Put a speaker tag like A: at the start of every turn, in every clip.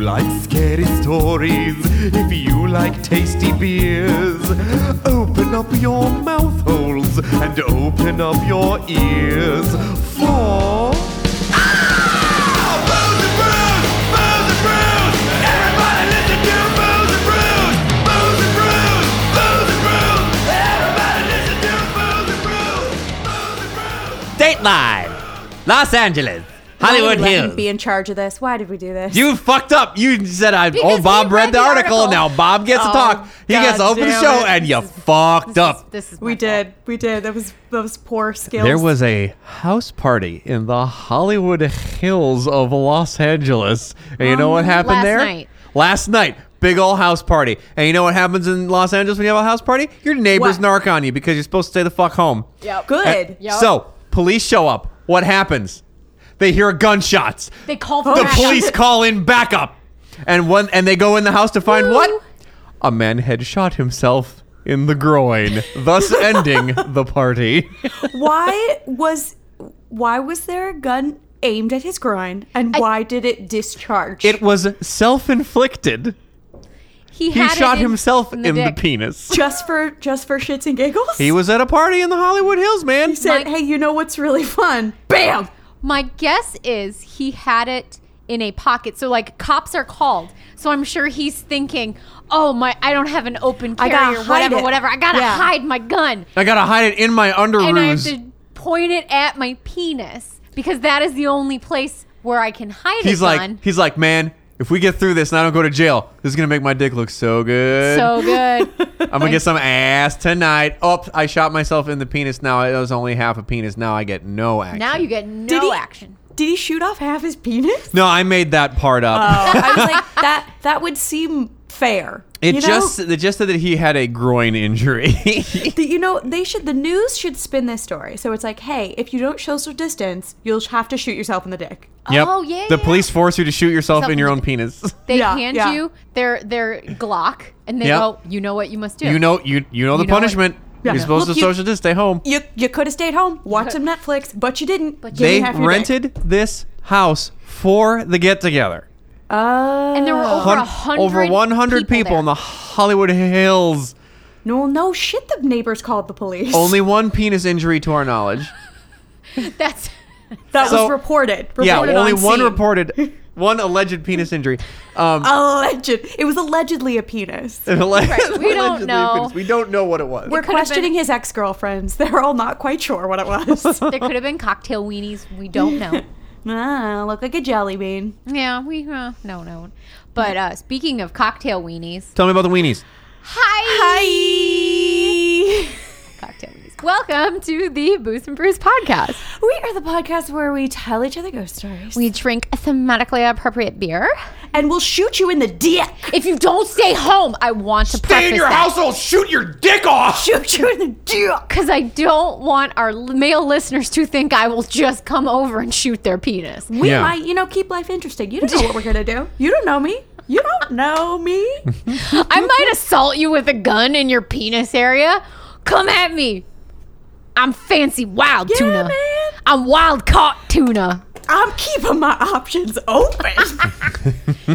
A: like scary stories, if you like tasty beers, open up your mouth holes and open up your ears for.
B: Dateline, Los Angeles,
C: Why
B: Hollywood
C: did we let him
B: Hills.
C: Be in charge of this. Why did we do this?
B: You fucked up. You said, I,
C: Because
B: "Oh,
C: he
B: Bob read, the article. Now Bob gets
C: Oh,
B: to talk. He
C: God
B: gets to open the
C: damn
B: show,
C: it.
B: and you
C: This is-
B: fucked
C: This
B: up."
C: is- This is
D: We
C: my
D: did. We did. That was that was poor skills.
B: There was a house party in the Hollywood Hills of Los Angeles. And you know
C: Um,
B: what happened
C: last
B: there?
C: night.
B: Last night. Big old house party. And you know what happens in Los Angeles when you have a house party? Your neighbors
C: What?
B: narc on you because you're supposed to stay the fuck home.
C: Yep.
D: good.
C: Yep.
B: So, police show up. What happens? They hear gunshots.
C: They called for
B: The
C: backup.
B: police call in backup. And one and they go in the house to find what? A man had shot himself in the groin, thus ending the party.
D: Why was why was there a gun aimed at his groin and why did it discharge?
B: It was self-inflicted.
C: He,
B: He
C: had it
B: shot
C: in-
B: himself in, the,
C: dick.
B: penis.
D: just for just for shits and giggles.
B: He was at a party in the Hollywood Hills, man.
D: He said,
C: My-
D: "Hey, you know what's really fun? Bam."
C: My guess is he had it in a pocket. So like cops are called. So I'm sure he's thinking, "Oh my, I don't have an open
D: I
C: carrier,
D: gotta hide
C: whatever,
D: it."
C: whatever. I gotta
D: Yeah.
C: hide my gun,
B: I gotta hide it in my
C: and I have
B: underoos.
C: to point it at my penis because that is the only place where I can hide
B: he's
C: a
B: like,
C: gun."
B: he's like, man, if we get through this and I don't go to jail, this is gonna make my dick look so good.
C: so good.
B: I'm gonna get some ass tonight. Oh, I shot myself in the penis. Now it was only half a penis. Now I get no action.
C: now you get no
D: Did he-
C: action.
D: Did he shoot off half his penis?
B: no, I made that part up.
C: Oh.
D: I was like, that that would seem fair.
B: it
D: you know?
B: just it just said that he had a groin injury.
D: The- you know they should the news should spin this story so it's like hey if you don't social distance you'll have to shoot yourself in the dick
B: Yep.
C: Oh, yeah,
B: The
C: yeah.
B: police force you to shoot yourself in your own
C: Something-
B: penis.
C: They
D: Yeah,
C: hand
D: yeah.
C: you their their Glock, and they
B: Yep.
C: go, "You know what you must do."
B: You know you you know the
C: You know what-
B: punishment.
D: Yeah.
B: You're supposed
D: Look,
B: to
D: you-
B: social distance, stay home.
D: you you could have stayed home watched some netflix but you didn't
C: But
D: Give me
B: They
D: half your dick.
B: rented this house for the get together.
D: uh
C: and there were over a hundred
B: Over 100 people,
C: there.
B: in the Hollywood Hills.
D: no no shit the neighbors called the police
B: Only one penis injury to our knowledge.
C: That's
D: that
B: So-
D: was reported, reported
B: yeah, only
D: on
B: one
D: scene. Uh,
B: reported, one alleged penis injury. Um,
D: alleged it was allegedly a penis
C: we don't
B: allegedly a
C: know.
B: penis. We don't know what it was.
D: we're
C: could've been-
D: questioning his ex-girlfriends they're all not quite sure what it was
C: there could have been cocktail weenies. We don't know.
D: ah, look like a jelly bean
C: Yeah, we uh, no no. But uh, speaking of cocktail weenies,
B: Tell me about the weenies.
C: hi,
D: hi
C: cocktail weenies. Welcome to the Booze and Brews podcast.
D: We are the podcast where we tell each other ghost stories.
C: We drink a thematically appropriate beer.
D: and we'll shoot you in the dick.
C: If you don't stay home, I want to preface
B: I'll shoot your dick off.
D: Shoot you in the dick.
C: because I don't want our l- male listeners to think I will just come over and shoot their penis.
D: We
B: Yeah.
D: might, you know, keep life interesting. You don't know what we're gonna do. You don't know me. You don't know me.
C: I might assault you with a gun in your penis area. Come at me. I'm fancy wild
D: Yeah,
C: tuna.
D: man.
C: I'm wild caught tuna.
D: I'm keeping my options open.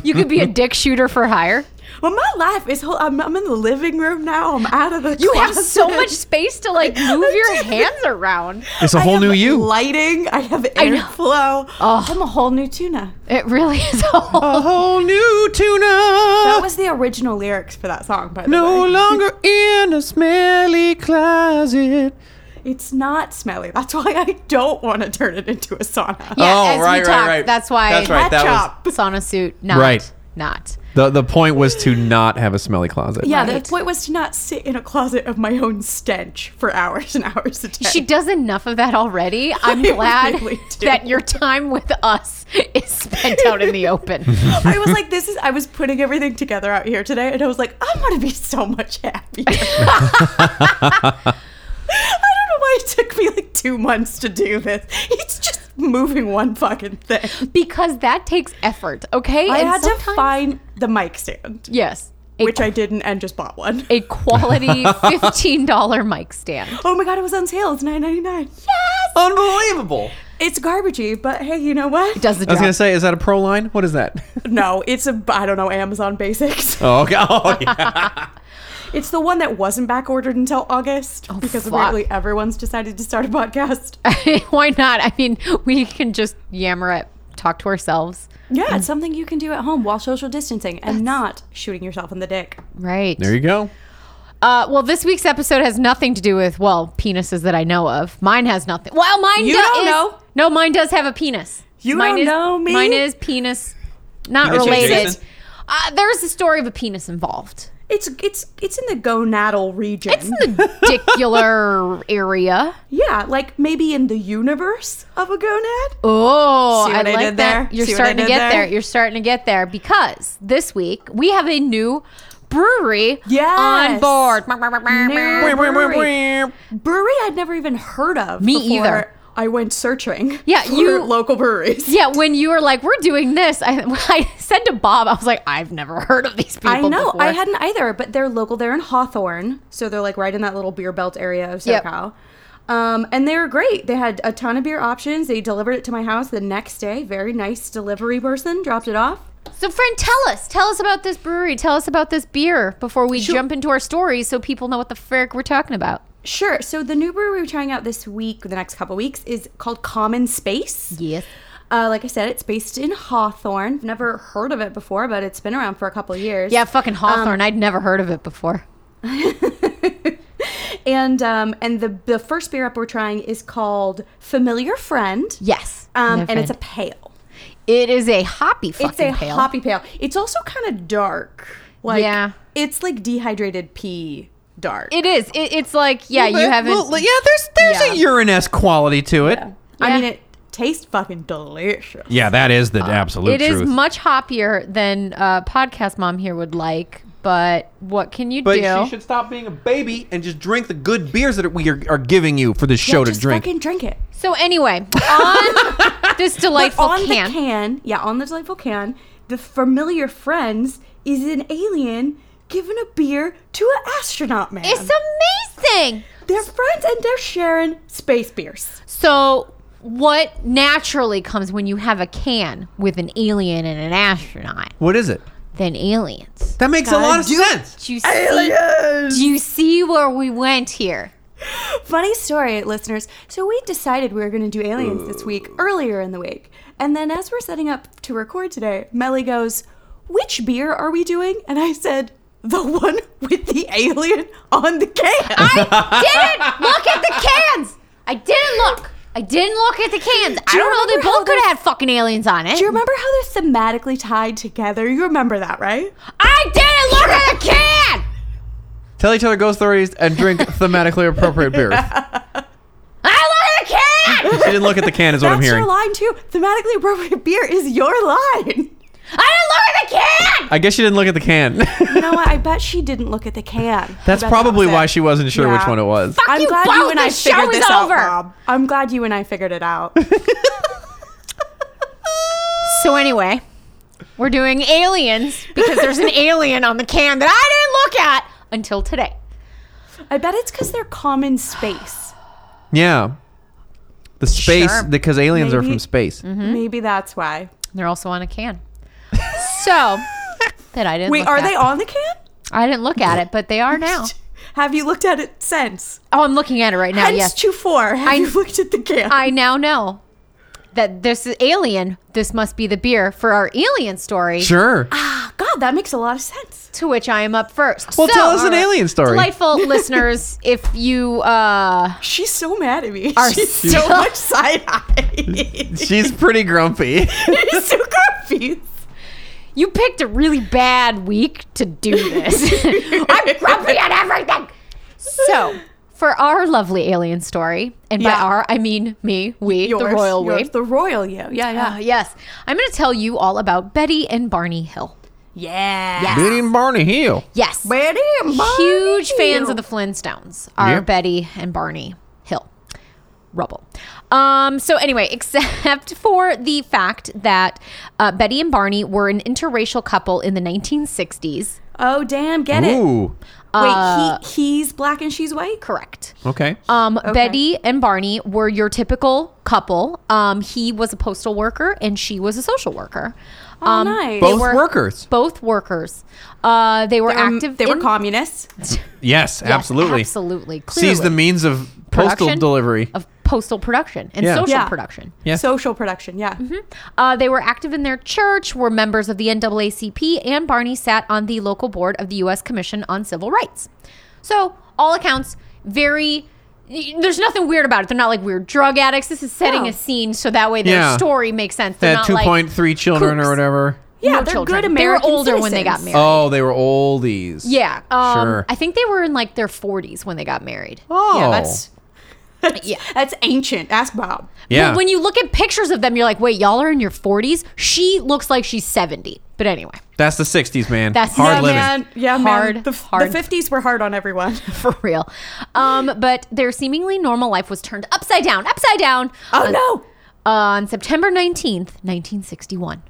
C: You could be a dick shooter for hire.
D: well, my life is. Whole, I'm, I'm in the living room now. I'm out of the.
C: You have
D: closet.
C: so much space to like move your hands around.
B: It's a
D: I
B: whole
D: have
B: new you.
D: Lighting. I have
C: know.
D: airflow.
C: Oh.
D: I'm a whole new tuna.
C: It really is a whole.
B: a whole new tuna.
D: That was the original lyrics for that song, by the
B: no
D: way.
B: longer in a smelly closet.
D: It's not smelly. That's why I don't want to turn it into a sauna.
C: Yeah, as we talked, That's why
B: That's Oh, right.
D: Hot
B: That was
D: chop.
C: sauna suit. Not,
B: Right.
C: Not.
B: the the point was to not have a smelly closet.
D: Yeah,
C: Right.
D: the point was to not sit in a closet of my own stench for hours and hours a day.
C: She does enough of that already. I'm
D: I
C: glad
D: really do.
C: that your time with us is spent out in the open.
D: I was like, this is. I was putting everything together out here today, and I was like, I'm gonna be so much happier. I don't know why it took me like two months to do this. It's just moving one fucking thing.
C: because that takes effort, okay?
D: I had to
C: sometimes-
D: find the mic stand,
C: Yes. A,
D: which I didn't, and just bought one.
C: a quality $15 mic stand.
D: Oh my god, it was on sale. It's nine ninety nine.
B: Unbelievable.
D: It's garbagey, but hey, you know what?
C: Does the
B: I was
C: job.
B: gonna say, is that a pro line? What is that?
D: No, it's a I don't know Amazon Basics.
B: Oh, okay. Oh, yeah.
D: It's the one that wasn't back ordered until August because
C: fuck.
D: apparently everyone's decided to start a podcast.
C: Why not? I mean, we can just yammer at talk to ourselves.
D: Yeah, it's something you can do at home while social distancing and not shooting yourself in the dick.
C: Right.
B: There you go.
C: Uh, well, this week's episode has nothing to do with well penises that I know of. Mine has nothing. Well, mine
D: You
C: do-
D: don't
C: is-
D: know.
C: No, mine does have a penis.
D: You
C: mine
D: don't
C: is,
D: know me?
C: Mine is penis, not
B: Penis
C: related.
B: adjacent?
C: Uh, there's a story of a penis involved.
D: It's it's it's in the gonadal region.
C: It's in the dicular area.
D: yeah, like maybe in the universe of a gonad.
C: Oh,
D: See
C: I
D: what I
C: like
D: did
C: that.
D: there?
C: You're
D: See what I
C: starting to
D: did
C: get there?
D: there?
C: You're starting to get there because this week we have a new brewery
D: Yes.
C: on board.
D: New brewery. brewery I'd never even heard of.
C: Me
D: before
C: either.
D: I went searching.
C: Yeah,
D: for
C: you-
D: local breweries.
C: Yeah, when you were like, "We're doing this," I, I said to Bob, "I was like, I've never heard of these people."
D: I know.
C: before.
D: I hadn't either, but they're local. They're in Hawthorne. So they're like right in that little beer belt area of
C: Yep.
D: SoCal. Um, and they were great. They had a ton of beer options. They delivered it to my house the next day. Very nice delivery person dropped it off.
C: So, friend, tell us, tell us about this brewery, tell us about this beer before we jump into our stories, so people know what the frick we're talking about.
D: Sure. So the new brewery we're trying out this week, the next couple weeks, is called Common Space.
C: Yes.
D: Uh, like I said, it's based in Hawthorne. Never heard of it before, but it's been around for a couple years.
C: Yeah, fucking Hawthorne.
D: Um,
C: I'd never heard of it before.
D: And um, and the the first beer up we're trying is called Familiar Friend.
C: Yes.
D: Um,
C: my
D: and it's a
C: friend.
D: pale.
C: it is a hoppy fucking
D: It's a
C: pale.
D: hoppy pale. It's also kind of dark. Like
C: Yeah.
D: it's like dehydrated pee dark.
C: It is. It, it's like yeah, you
B: Well,
C: haven't.
B: well, yeah, there's there's a urine-esque quality to it. Yeah,
D: I
C: Yeah.
D: mean, it tastes fucking delicious.
B: that is the absolute
C: it is much hoppier than uh, podcast mom here would like. But what can you
B: but
C: do?
B: she should stop being a baby and just drink the good beers that we are, are giving you for this show to
D: Just
B: drink.
D: fucking drink it.
C: So anyway, on this
D: But
C: delightful
D: on
C: can,
D: the can, yeah, on the delightful can, the familiar friends is an alien giving a beer to an astronaut man.
C: it's amazing.
D: they're friends and they're sharing space beers.
C: So what naturally comes when you have a can with an alien and an astronaut?
B: what is it?
C: Then aliens.
B: That makes a lot of sense.
C: Do you see? Do you see where we went here?
D: Funny story, listeners. So we decided we were going to do aliens this week earlier in the week. And then as we're setting up to record today, Melly goes, "Which beer are we doing?" And I said, "The one with the alien on the can."
C: didn't look at the cans. I didn't look. I didn't look at the cans. I
D: you
C: don't know. They
D: remember how
C: both could
D: those-
C: have had fucking aliens on it.
D: Do you remember how they're thematically tied together? You remember that, right?
C: I didn't look at the can.
B: Tell each other ghost stories and drink thematically appropriate beer.
C: I looked at the can.
B: She didn't look at the can, is what I'm
D: That's
B: hearing.
D: your line too. Thematically appropriate beer is your line.
C: I didn't look at the can.
B: I guess she didn't look at the can.
D: You know what? I bet she didn't look at the can.
B: That's
D: I bet that
B: probably
D: was
B: why
D: it.
B: she wasn't sure which
D: Yeah.
B: one it was.
C: Fuck
D: I'm
C: you
D: glad
C: both.
D: you and I
C: This show
D: figured
C: is
D: this out,
C: over.
D: Bob. I'm glad you and I figured it out.
C: So anyway, we're doing aliens because there's an alien on the can that I didn't look at until today.
D: I bet it's because they're common space.
B: Yeah. The space,
C: Sure.
B: because aliens are
D: Maybe. Mm-hmm.
B: from space.
D: Maybe that's why.
C: They're also on a can. So that I didn't.
D: Wait,
C: look
D: are
C: at.
D: they on the can?
C: I didn't look at it, but they are
D: Oh.
C: now.
D: Have you looked at it since?
C: Oh, I'm looking at it right now.
D: Hence
C: Yes,
D: to four. Have
C: I-
D: you looked at the can?
C: I now know that this is alien. This must be the beer for our alien story.
B: Sure.
D: Ah, God, that makes a lot of sense.
C: To which I am up first.
B: Well, tell us
D: uh,
B: an alien story.
C: Delightful listeners, if you uh,
D: She's so mad at me.
C: Are
D: She's
C: so-
D: so much side eye.
B: She's pretty grumpy.
D: She's so grumpy.
C: You picked a really bad week to do this. I'm grumpy at everything. So, for our lovely alien story, and by
D: Yeah.
C: our, I mean me, we, the
D: Yours,
C: royal
D: yours,
C: we.
D: The royal you. Yeah, yeah.
C: Uh, yes, I'm going to tell you all about Betty and Barney Hill.
D: yeah.
B: Betty and Barney Hill.
C: Yes.
D: Betty and Barney.
C: Huge fans of the Flintstones are
B: Yeah.
C: Betty and Barney Hill. Rubble. Um, so, anyway, except for the fact that uh, Betty and Barney were an interracial couple in the 1960s.
D: Oh, damn. Get it.
B: Ooh.
C: Uh,
D: Wait, he, he's black and she's white?
C: Correct.
B: Okay.
C: Um, Betty and Barney were your typical couple. Um, he was a postal worker and she was a social worker.
D: Oh,
C: um,
D: nice.
B: Both workers.
C: Both workers. Uh, they were
D: They were- um,
C: active.
D: They were
C: in-
D: communists.
B: Yes,
C: Yes,
B: absolutely.
C: absolutely.
B: Sees the
C: clearly.
B: means of postal
C: Production
B: delivery.
C: of postal production and
B: Yeah.
C: social
D: Yeah.
C: production.
B: Yeah.
D: Social production, yeah.
C: Uh, they were active in their church, were members of the NAACP, and Barney sat on the local board of the U.S. Commission on Civil Rights. So, all accounts, very. There's nothing weird about it. They're not like weird drug addicts. This is setting
D: No.
C: a scene so that way their
B: Yeah.
C: story makes sense.
B: they
C: They're
B: had
C: not
B: two point
C: like
B: three children
C: kooks.
B: or whatever.
D: Yeah,
C: no
D: they're
C: children.
D: good
C: They were
D: American
C: older when they got
D: citizens.
C: married.
B: Oh, they were oldies.
C: yeah, um,
B: Sure.
C: I think they were in like their 40s when they got married.
B: Oh,
D: Yeah, that's
C: Yeah.
D: that's ancient. Ask Bob.
B: Yeah.
C: But when you look at pictures of them, you're like, wait, y'all are in your 40s. She looks like she's 70. But anyway,
B: that's the '60s, man.
C: That's-
B: hard
C: Yeah,
B: living.
D: Man, yeah,
C: Hard,
D: man. The, the
C: hard.
D: 50s were hard on everyone.
C: for real. Um, but their seemingly normal life was turned upside down, upside down.
D: Oh,
C: on,
D: no.
C: On September 19th, 1961.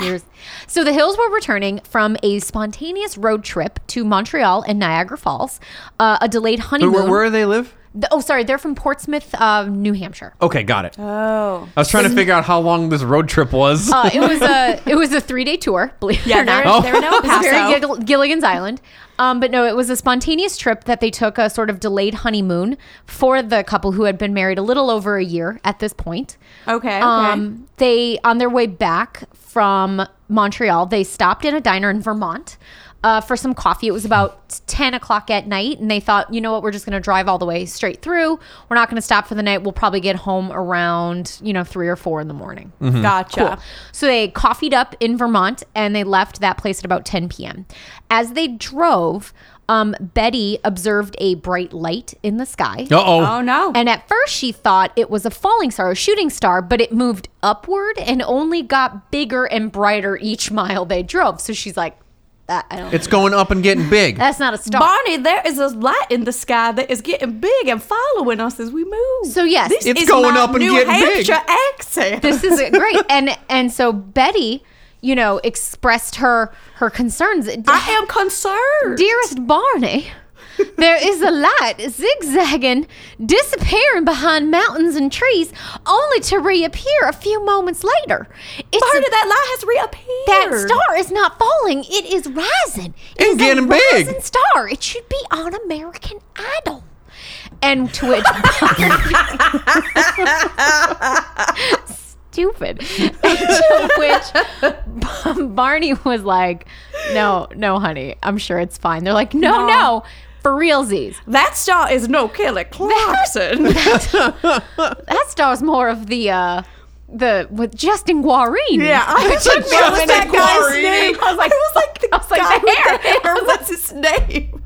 C: Here's, so the Hills were returning from a spontaneous road trip to Montreal and Niagara Falls, uh, a delayed
B: But
C: honeymoon.
B: where, where do they live?
C: The- oh, sorry, they're from Portsmouth, uh, New Hampshire.
B: Okay, got it.
D: Oh.
B: I was trying to figure out how long this road trip was.
C: Uh, it was a it was a three day tour. Believe it
D: Yeah,
C: or not,
D: they're,
B: Oh.
D: they're now
C: It was very
D: Paso.
C: Gill- Gilligan's Island. Um, but no, it was a spontaneous trip that they took a sort of delayed honeymoon for the couple who had been married a little over a year at this point.
D: Okay, okay.
C: Um, they on their way back from Montreal, they stopped in a diner in Vermont. Uh, for some coffee. It was about 10 o'clock at night, and they thought, you know what, we're just going to drive all the way straight through. We're not going to stop for the night. We'll probably get home around, you know, three or four in the morning.
D: Gotcha.
C: So they coffeed up in Vermont and they left that place at about 10 p.m. As they drove, um, Betty observed a bright light in the sky.
B: Uh oh.
D: Oh no.
C: And at first, she thought it was a falling star, a shooting star, but it moved upward and only got bigger and brighter each mile they drove. So she's like, "That- I don't,
B: It's going up and getting big.
C: that's not a star.
D: Barney, there is a light in the sky that is getting big and following us as we move.
C: So, yes.
D: this
B: It's
D: is
B: going
D: my
B: up and
D: New
B: getting big.
D: Hampshire accent.
C: this is great. And and so Betty, you know, expressed her her concerns.
D: I am concerned.
C: Dearest Barney, there is a light zigzagging, disappearing behind mountains and trees, only to reappear a few moments later. It's a-
D: Barney, that light has reappeared.
C: that star is not falling; it is rising. It's
B: And getting
C: a
B: big.
C: rising star. It should be on American Idol. And to which stupid. And to which Barney was like, "No, no, honey, I'm sure it's fine." They're like, "No, no,
D: No.
C: for realsies."
D: That star is no Kelly Clarkson.
C: That star's more of the uh the with Justin Guarini.
D: yeah, I was like, what was
B: Justin
D: that
B: Guarini.
D: guy's name? I was like, it was like the
C: I was like,
D: guy
C: the
D: with
C: hair.
D: the hair. What's his name?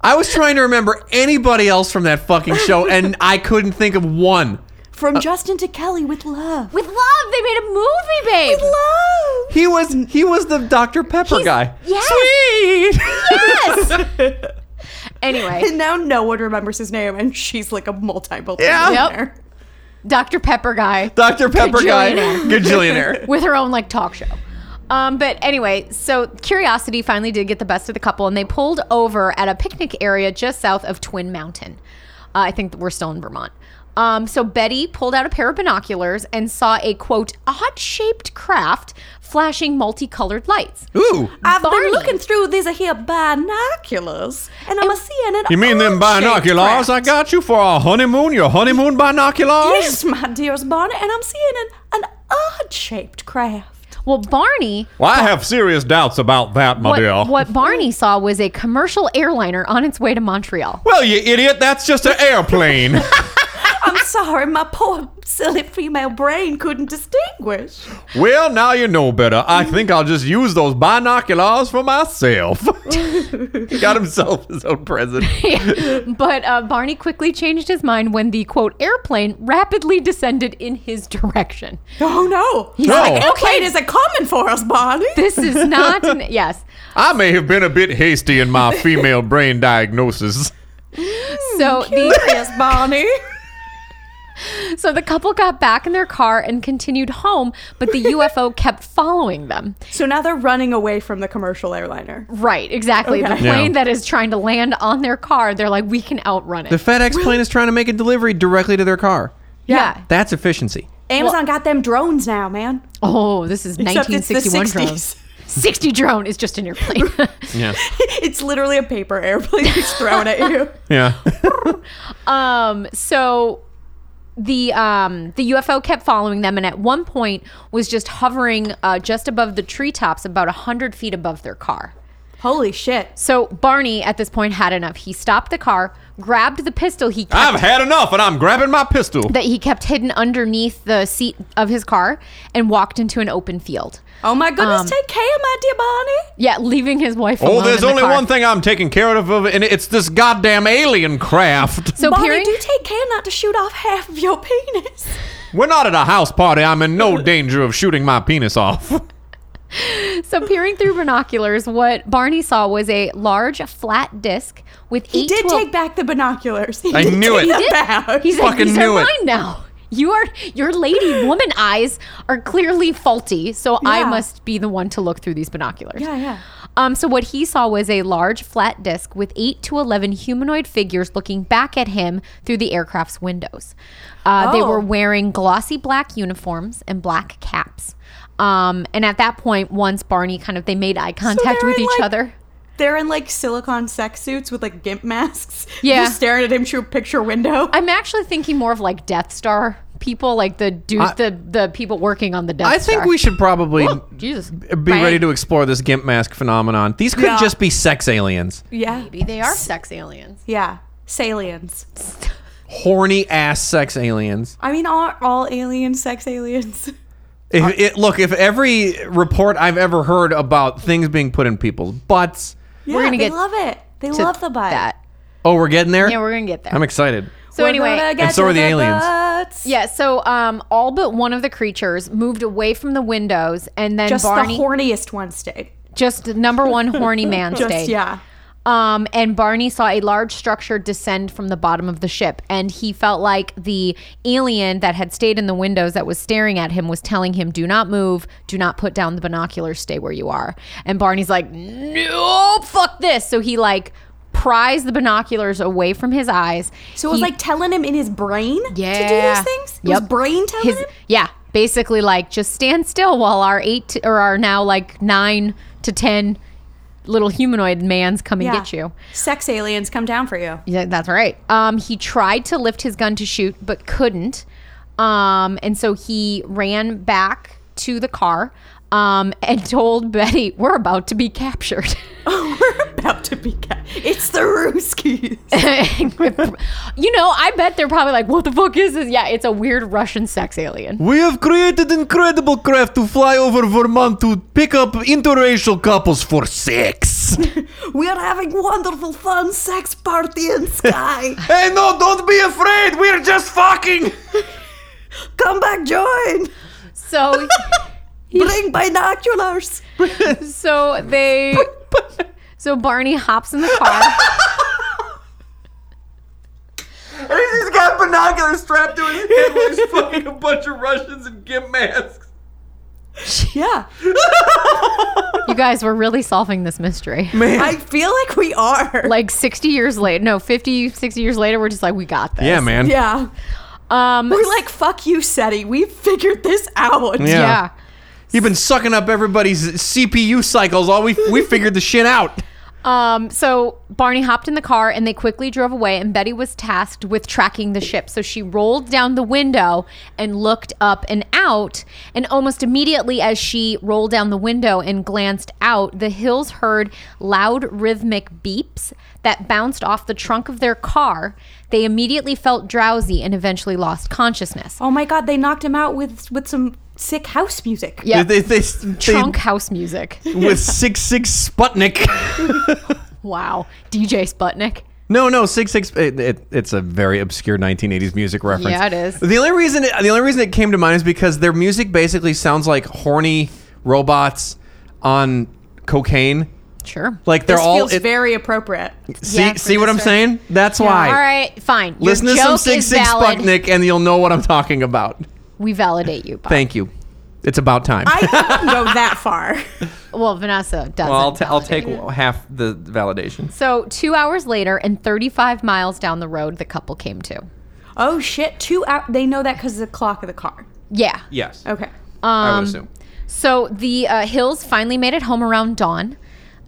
B: I was trying to remember anybody else from that fucking show, and I couldn't think of one.
D: From Justin to Kelly with love.
C: With love, they made a movie, babe.
D: love.
B: He was he was the Dr Pepper
C: He's-
B: guy.
C: yes.
B: Sweet.
C: Yes. anyway,
D: And now no one remembers his name, and she's like a multi-billionaire.
B: Yeah.
C: Yep. Dr. Pepper guy
B: Dr Pepper guy.
C: Gajillionaire.
B: Gajillionaire.
C: with her own like talk show. Um, but anyway, so curiosity finally did get the best of the couple, and they pulled over at a picnic area just south of Twin Mountain. Uh, I think that we're still in Vermont. Um, so Betty pulled out a pair of binoculars and saw a quote odd shaped craft flashing multicolored lights.
B: Ooh.
D: I've
C: Barney.
D: been looking through these here binoculars, and I'm a seeing an.
B: You mean them
D: odd-shaped
B: binoculars I
D: craft.
B: got you for our honeymoon? Your honeymoon binoculars?
D: Yes, my dearest Barney, and I'm seeing an, an odd-shaped craft.
C: Well, Barney
B: Well, I have serious doubts about that, my
C: what, what Barney saw was a commercial airliner on its way to Montreal.
B: well, you idiot, that's just an airplane.
D: I'm sorry, my poor silly female brain couldn't distinguish.
B: well, now you know better. I think I'll just use those binoculars for myself. he got himself his own present.
C: but uh, Barney quickly changed his mind when the quote airplane rapidly descended in his direction.
D: Oh no!
C: He's
B: No.
C: like,
D: Airplane
C: okay,
D: isn't coming for us, Barney.
C: this is not. An- yes.
B: I may have been a bit hasty in my female
C: Hmm,
B: brain diagnosis.
C: So the
D: Yes, Barney.
C: So the couple got back in their car and continued home, but the UFO kept following them.
D: So now they're running away from the commercial airliner.
C: Right, exactly. The
D: Okay.
B: Yeah.
C: plane that is trying to land on their car, they're like, we can outrun it.
B: The FedEx plane is trying to make a delivery directly to their car.
C: yeah.
B: That's efficiency.
D: Amazon got them drones now, man.
C: Oh, this is
D: Except it's the
C: 1961 drone.
D: 60s.
C: 60 drone is just in your plane.
B: Yeah.
D: it's literally a paper airplane that's thrown at you.
B: Yeah.
C: um, so the um the UFO kept following them and at one point was just hovering uh, just above the treetops about 100 feet above their car.
D: Holy shit.
C: So Barney at this point had enough. He stopped the car, grabbed the pistol he kept
B: I've had enough and I'm grabbing my pistol.
C: that he kept hidden underneath the seat of his car and walked into an open field.
D: Oh my goodness,
C: Um,
D: take care, my dear Bonnie.
C: Yeah, leaving his wife alone.
B: Oh, there's
C: in the
B: only
C: car.
B: one thing I'm taking care of, and it's this goddamn alien craft.
C: So
D: Bonnie,
C: peering,
D: do take care not to shoot off half of your penis.
B: We're not at a house party. I'm in no danger of shooting my penis off.
C: so peering through binoculars, what Barney saw was a large flat disc with
D: He
C: eight.
D: did
C: to el-
D: take back the binoculars. He
B: I
D: did
B: knew
D: take
B: it.
D: them
B: He
C: did.
D: back.
C: He's like,
B: Fucking
C: these
B: knew
C: are
B: it.
C: mine now. You are your lady woman eyes are clearly faulty, so I
D: Yeah.
C: must be the one to look through these binoculars.
D: Yeah, yeah.
C: Um, so what he saw was a large flat disc with eight to eleven humanoid figures looking back at him through the aircraft's windows. Uh, They
D: Oh.
C: were wearing glossy black uniforms and black caps. Um, and at that point, once Barney kind of they made eye contact
D: they're
C: with
D: in,
C: each
D: like,
C: other.
D: They're in like silicone sex suits with like gimp masks.
C: Yeah.
D: Just staring at him through a picture window.
C: I'm actually thinking more of like Death Star people, like the dude,
B: I-
C: the the people working on the Death
B: I
C: Star.
B: think we should probably
C: Oh, Jesus.
B: be ready to explore this gimp mask phenomenon. These could
D: Yeah.
B: just be sex aliens,
D: yeah.
C: Maybe they are sex aliens.
D: Yeah. Salians.
B: horny ass sex aliens.
D: I mean, are all alien sex aliens?
B: If it, look, if every report I've ever heard about things being put in people's butts,
D: Yeah,
C: gonna
D: they
C: get
D: love it. They
C: to
D: love the butt.
C: That.
B: oh, we're getting there.
C: Yeah, we're gonna get there.
B: I'm excited.
C: so
D: We're
C: anyway,
D: gonna get
B: so
D: to
B: are the aliens.
D: butts.
C: yeah. So um, all but one of the creatures moved away from the windows, and then
D: Just
C: Barney,
D: the horniest one stayed.
C: just the number one horny man
D: Just
C: stayed.
D: yeah.
C: Um, and Barney saw a large structure descend from the bottom of the ship, and he felt like the alien that had stayed in the windows that was staring at him was telling him, "Do not move. Do not put down the binoculars. Stay where you are." And Barney's like, "No, fuck this." So he like pries the binoculars away from his eyes.
D: So it was
C: He-
D: like telling him in his brain to do these
C: Yeah.
D: things. It
C: Yep.
D: was brain telling
C: his
D: him.
C: yeah basically like just stand still while our eight to, or our now like nine to ten little humanoid man's come and
D: Yeah.
C: get you
D: Sex aliens come down for you.
C: yeah that's right um he tried to lift his gun to shoot but couldn't um and so he ran back to the car um and told betty we're about to be captured
D: We're about to be ca- It's the Ruskies.
C: you know i bet they're probably like what the fuck is this yeah it's a weird russian sex alien
B: We have created incredible craft to fly over Vermont to pick up interracial couples for sex.
D: we are having wonderful fun sex party in sky.
B: hey, no, don't be afraid. We're just fucking.
D: come back, join.
C: so
D: Bring binoculars.
C: So they. So Barney hops in the car.
B: He's got binoculars strapped to his head with he's fucking a bunch of Russians and gimp masks.
D: Yeah.
C: You guys were really solving this mystery.
D: I feel like we are.
C: Like 60 years later, no, 50, 60 years later, we're just like, we got this.
B: Yeah, man.
D: yeah.
C: Um,
D: We're like, fuck you, SETI. We figured this out.
B: Yeah.
C: yeah.
B: You've been sucking up everybody's CPU cycles. All we we figured the shit out.
C: Um, so Barney hopped in the car and they quickly drove away, and Betty was tasked with tracking the ship. So she rolled down the window and looked up and out. And almost immediately, as she rolled down the window and glanced out, the Hills heard loud rhythmic beeps that bounced off the trunk of their car. They immediately felt drowsy and eventually lost consciousness.
D: Oh my god, they knocked him out with with some sick house music.
C: Yeah.
B: They, they, they,
C: Trunk house music.
B: with six six Sputnik.
C: Wow. DJ Sputnik.
B: No, no, six six. It, it, it's a very obscure 1980s music reference.
C: Yeah, it is.
B: The only reason it, the only reason it came to mind is because their music basically sounds like horny robots on cocaine.
C: Sure.
B: Like they're
D: this
B: all
D: feels
B: it,
D: very appropriate.
B: see
C: yeah,
B: see what I'm
D: producer.
B: saying? That's why.
C: All right, fine. Your
B: Listen to some
C: joke
B: Sig
C: is
B: Sig
C: valid.
B: Sputnik and you'll know what I'm talking about.
C: We validate you. Bob.
B: Thank you. It's about time.
D: I couldn't go that far.
C: Well, Vanessa doesn't.
B: Well, I'll, ta- I'll
C: validate.
B: take half the validation.
C: So two hours later, and 35 miles down the road, the couple came to.
D: Oh shit! Two hours. They know that because of the clock of the car.
C: Yeah.
B: Yes.
D: Okay.
C: Um,
B: I would assume.
C: So the uh, Hills finally made it home around dawn.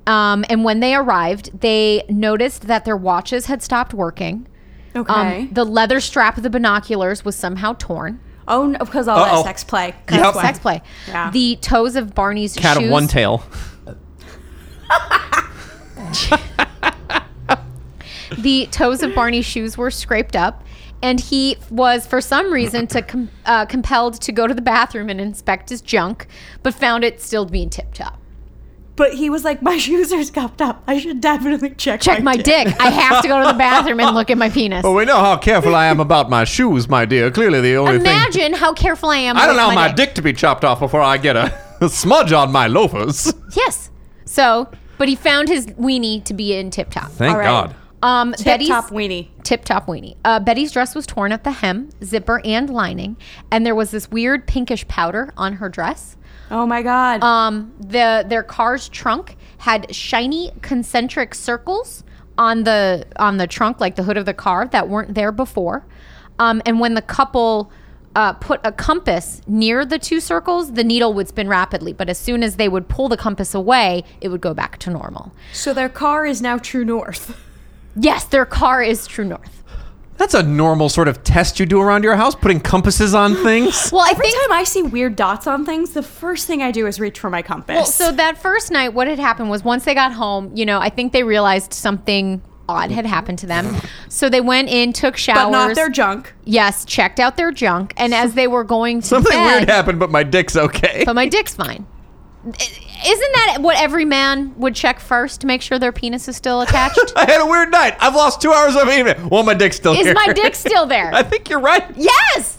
C: Um, and when they arrived, they noticed that their watches had stopped working. Um,
D: Okay.
C: The leather strap of the binoculars was somehow torn.
D: oh no, because all
B: Uh-oh.
D: that sex play.
B: Yep.
D: Sex play.
C: Sex play.
D: Yeah.
C: The toes of Barney's
B: Cat
C: shoes.
B: of one tail.
C: the toes of Barney's shoes were scraped up, and he was, for some reason, to com- uh, compelled to go to the bathroom and inspect his junk, but found it still being tip top.
D: But he was like, my shoes are scuffed up. I should definitely check.
C: Check my dick. I have to go to the bathroom and look at my penis.
B: Oh, we know how careful I am about my shoes, my dear. Clearly, the only
C: Imagine how careful I am.
B: I don't
C: with
B: allow my, dick to be chopped off before I get a, a smudge on my loafers.
C: Yes. So, but he found his weenie to be in tip top.
B: Thank
D: All right.
B: God.
C: Um,
D: Tip
C: Betty's
D: top weenie.
C: tip top weenie. Uh, Betty's dress was torn at the hem, zipper, and lining, and there was this weird pinkish powder on her dress.
D: Oh my god.
C: Um, the their car's trunk had shiny concentric circles on the on the trunk, like the hood of the car, that weren't there before. Um, and when the couple uh, put a compass near the two circles, the needle would spin rapidly. But as soon as they would pull the compass away, it would go back to normal.
D: so their car is now true north.
C: Yes, their car is true north.
B: That's a normal sort of test you do around your house, putting compasses on things.
C: Well, I
D: Every
C: think
D: time I see weird dots on things, the first thing I do is reach for my compass.
C: Well, so that first night, what had happened was once they got home, you know, I think they realized something odd had happened to them. So they went in, took showers.
D: but not their junk.
C: Yes, checked out their junk. And as they were going to
B: Something
C: bed,
B: weird happened, but my dick's okay.
C: but my dick's fine. I- Isn't that what every man would check first to make sure their penis is still attached?
B: I had a weird night. I've lost two hours of evening. Well, my dick's still
C: is
B: here.
C: my dick still there?
B: I think you're right.
C: yes!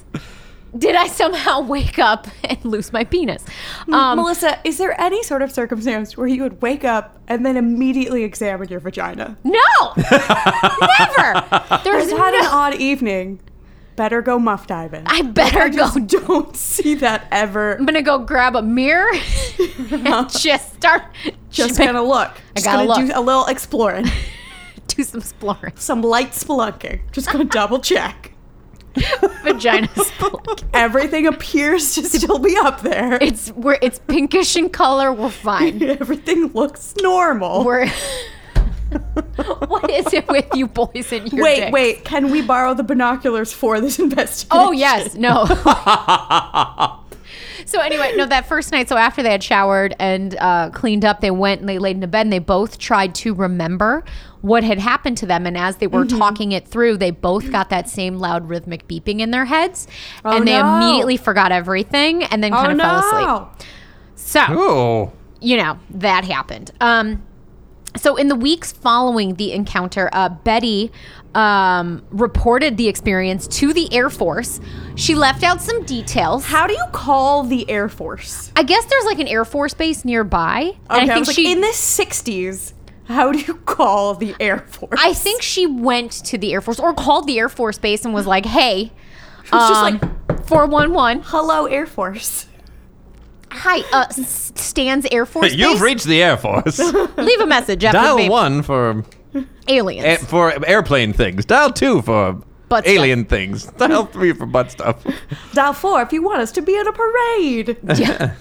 C: Did I somehow wake up and lose my penis? Um,
D: Melissa, is there any sort of circumstance where you would wake up and then immediately examine your vagina?
C: no! Never! There's
D: I've had an
C: no,
D: odd evening. Better go muff diving.
C: I better go do
D: don't see that ever.
C: I'm gonna go grab a mirror and just start
D: Just gonna look. Just
C: gotta
D: gonna
C: look.
D: do a little exploring.
C: do some exploring.
D: Some light spelunking. Just gonna double check.
C: Vagina spelunk.
D: Everything appears to still be up there.
C: It's we're it's pinkish in color. We're fine.
D: Everything looks normal.
C: We're what is it with you boys and your
D: wait,
C: dicks?
D: wait. Can we borrow the binoculars for this investigation?
C: Oh yes, no. so anyway, no, that first night. So after they had showered and uh, cleaned up, they went and they laid in bed. And they both tried to remember what had happened to them. And as they
D: Mm-hmm.
C: were talking it through, they both got that same loud rhythmic beeping in their heads, and they
D: Oh, no.
C: immediately forgot everything and then
D: Oh,
C: kind of fell asleep.
D: no.
C: So
B: Oh.
C: you know that happened. Um, so in the weeks following the encounter, uh, Betty um, reported the experience to the Air Force. She left out some details.
D: How do you call the Air Force?
C: I guess there's like an Air Force base nearby,
D: Okay,
C: and I
D: I
C: think
D: was like,
C: she.
D: in the 60s, how do you call the Air Force?
C: I think she went to the Air Force or called the Air Force base and was like, "Hey,
D: It's just
C: um,
D: like,
C: four one one,
D: hello, Air Force.
C: hi, uh, S- Stan's Air Force
B: You've
C: base.
B: reached the Air Force.
C: Leave a message after the
B: Dial
C: beep.
B: one for
C: aliens."
B: a- for airplane things. Dial two for
C: Butt stuff.
B: alien things. Dial three for butt stuff.
D: Dial four if you want us to be at a parade.
B: Eh.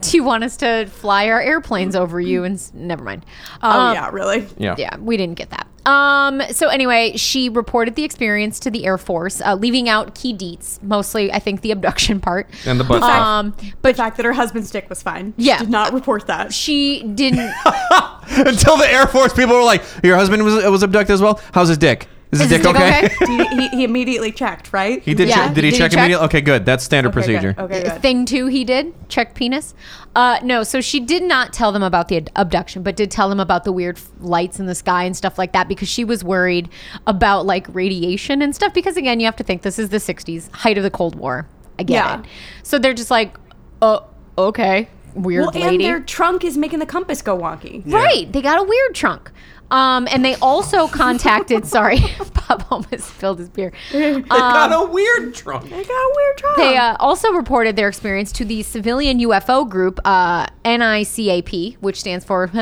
C: Do you want us to fly our airplanes over you? And s- never mind.
D: Oh
C: Um,
D: yeah, really?
B: Yeah.
C: yeah, we didn't get that. Um, so anyway, she reported the experience to the Air Force, uh, leaving out key deets, mostly I think the abduction part.
B: And the butt stuff.
C: um, but
D: The fact that her husband's dick was fine.
C: Yeah.
D: she did not report that.
C: she didn't.
B: Until the Air Force people were like, "Your husband was was abducted as well. How's his dick? Is his,
C: Is his dick okay?"
D: he, he, he immediately checked, right?
B: He did.
C: Yeah.
B: Check, did he
C: Did he
B: check
C: check?
B: immediately? Okay, good. That's standard procedure.
D: Okay, good.
C: thing two he did check penis uh no so she did not tell them about the ad- abduction but did tell them about the weird f- lights in the sky and stuff like that because she was worried about like radiation and stuff because again you have to think this is the 60s height of the cold war i get
D: Yeah.
C: it so they're just like oh "Uh, okay weird
D: Well, and
C: lady.
D: their trunk is making the compass go wonky.
C: Right. They got a weird trunk. Um, and they also contacted, sorry, Bob almost spilled his beer.
B: Got a weird trunk.
D: They got a weird trunk.
C: They uh, also reported their experience to the civilian UFO group, uh, NICAP, which stands for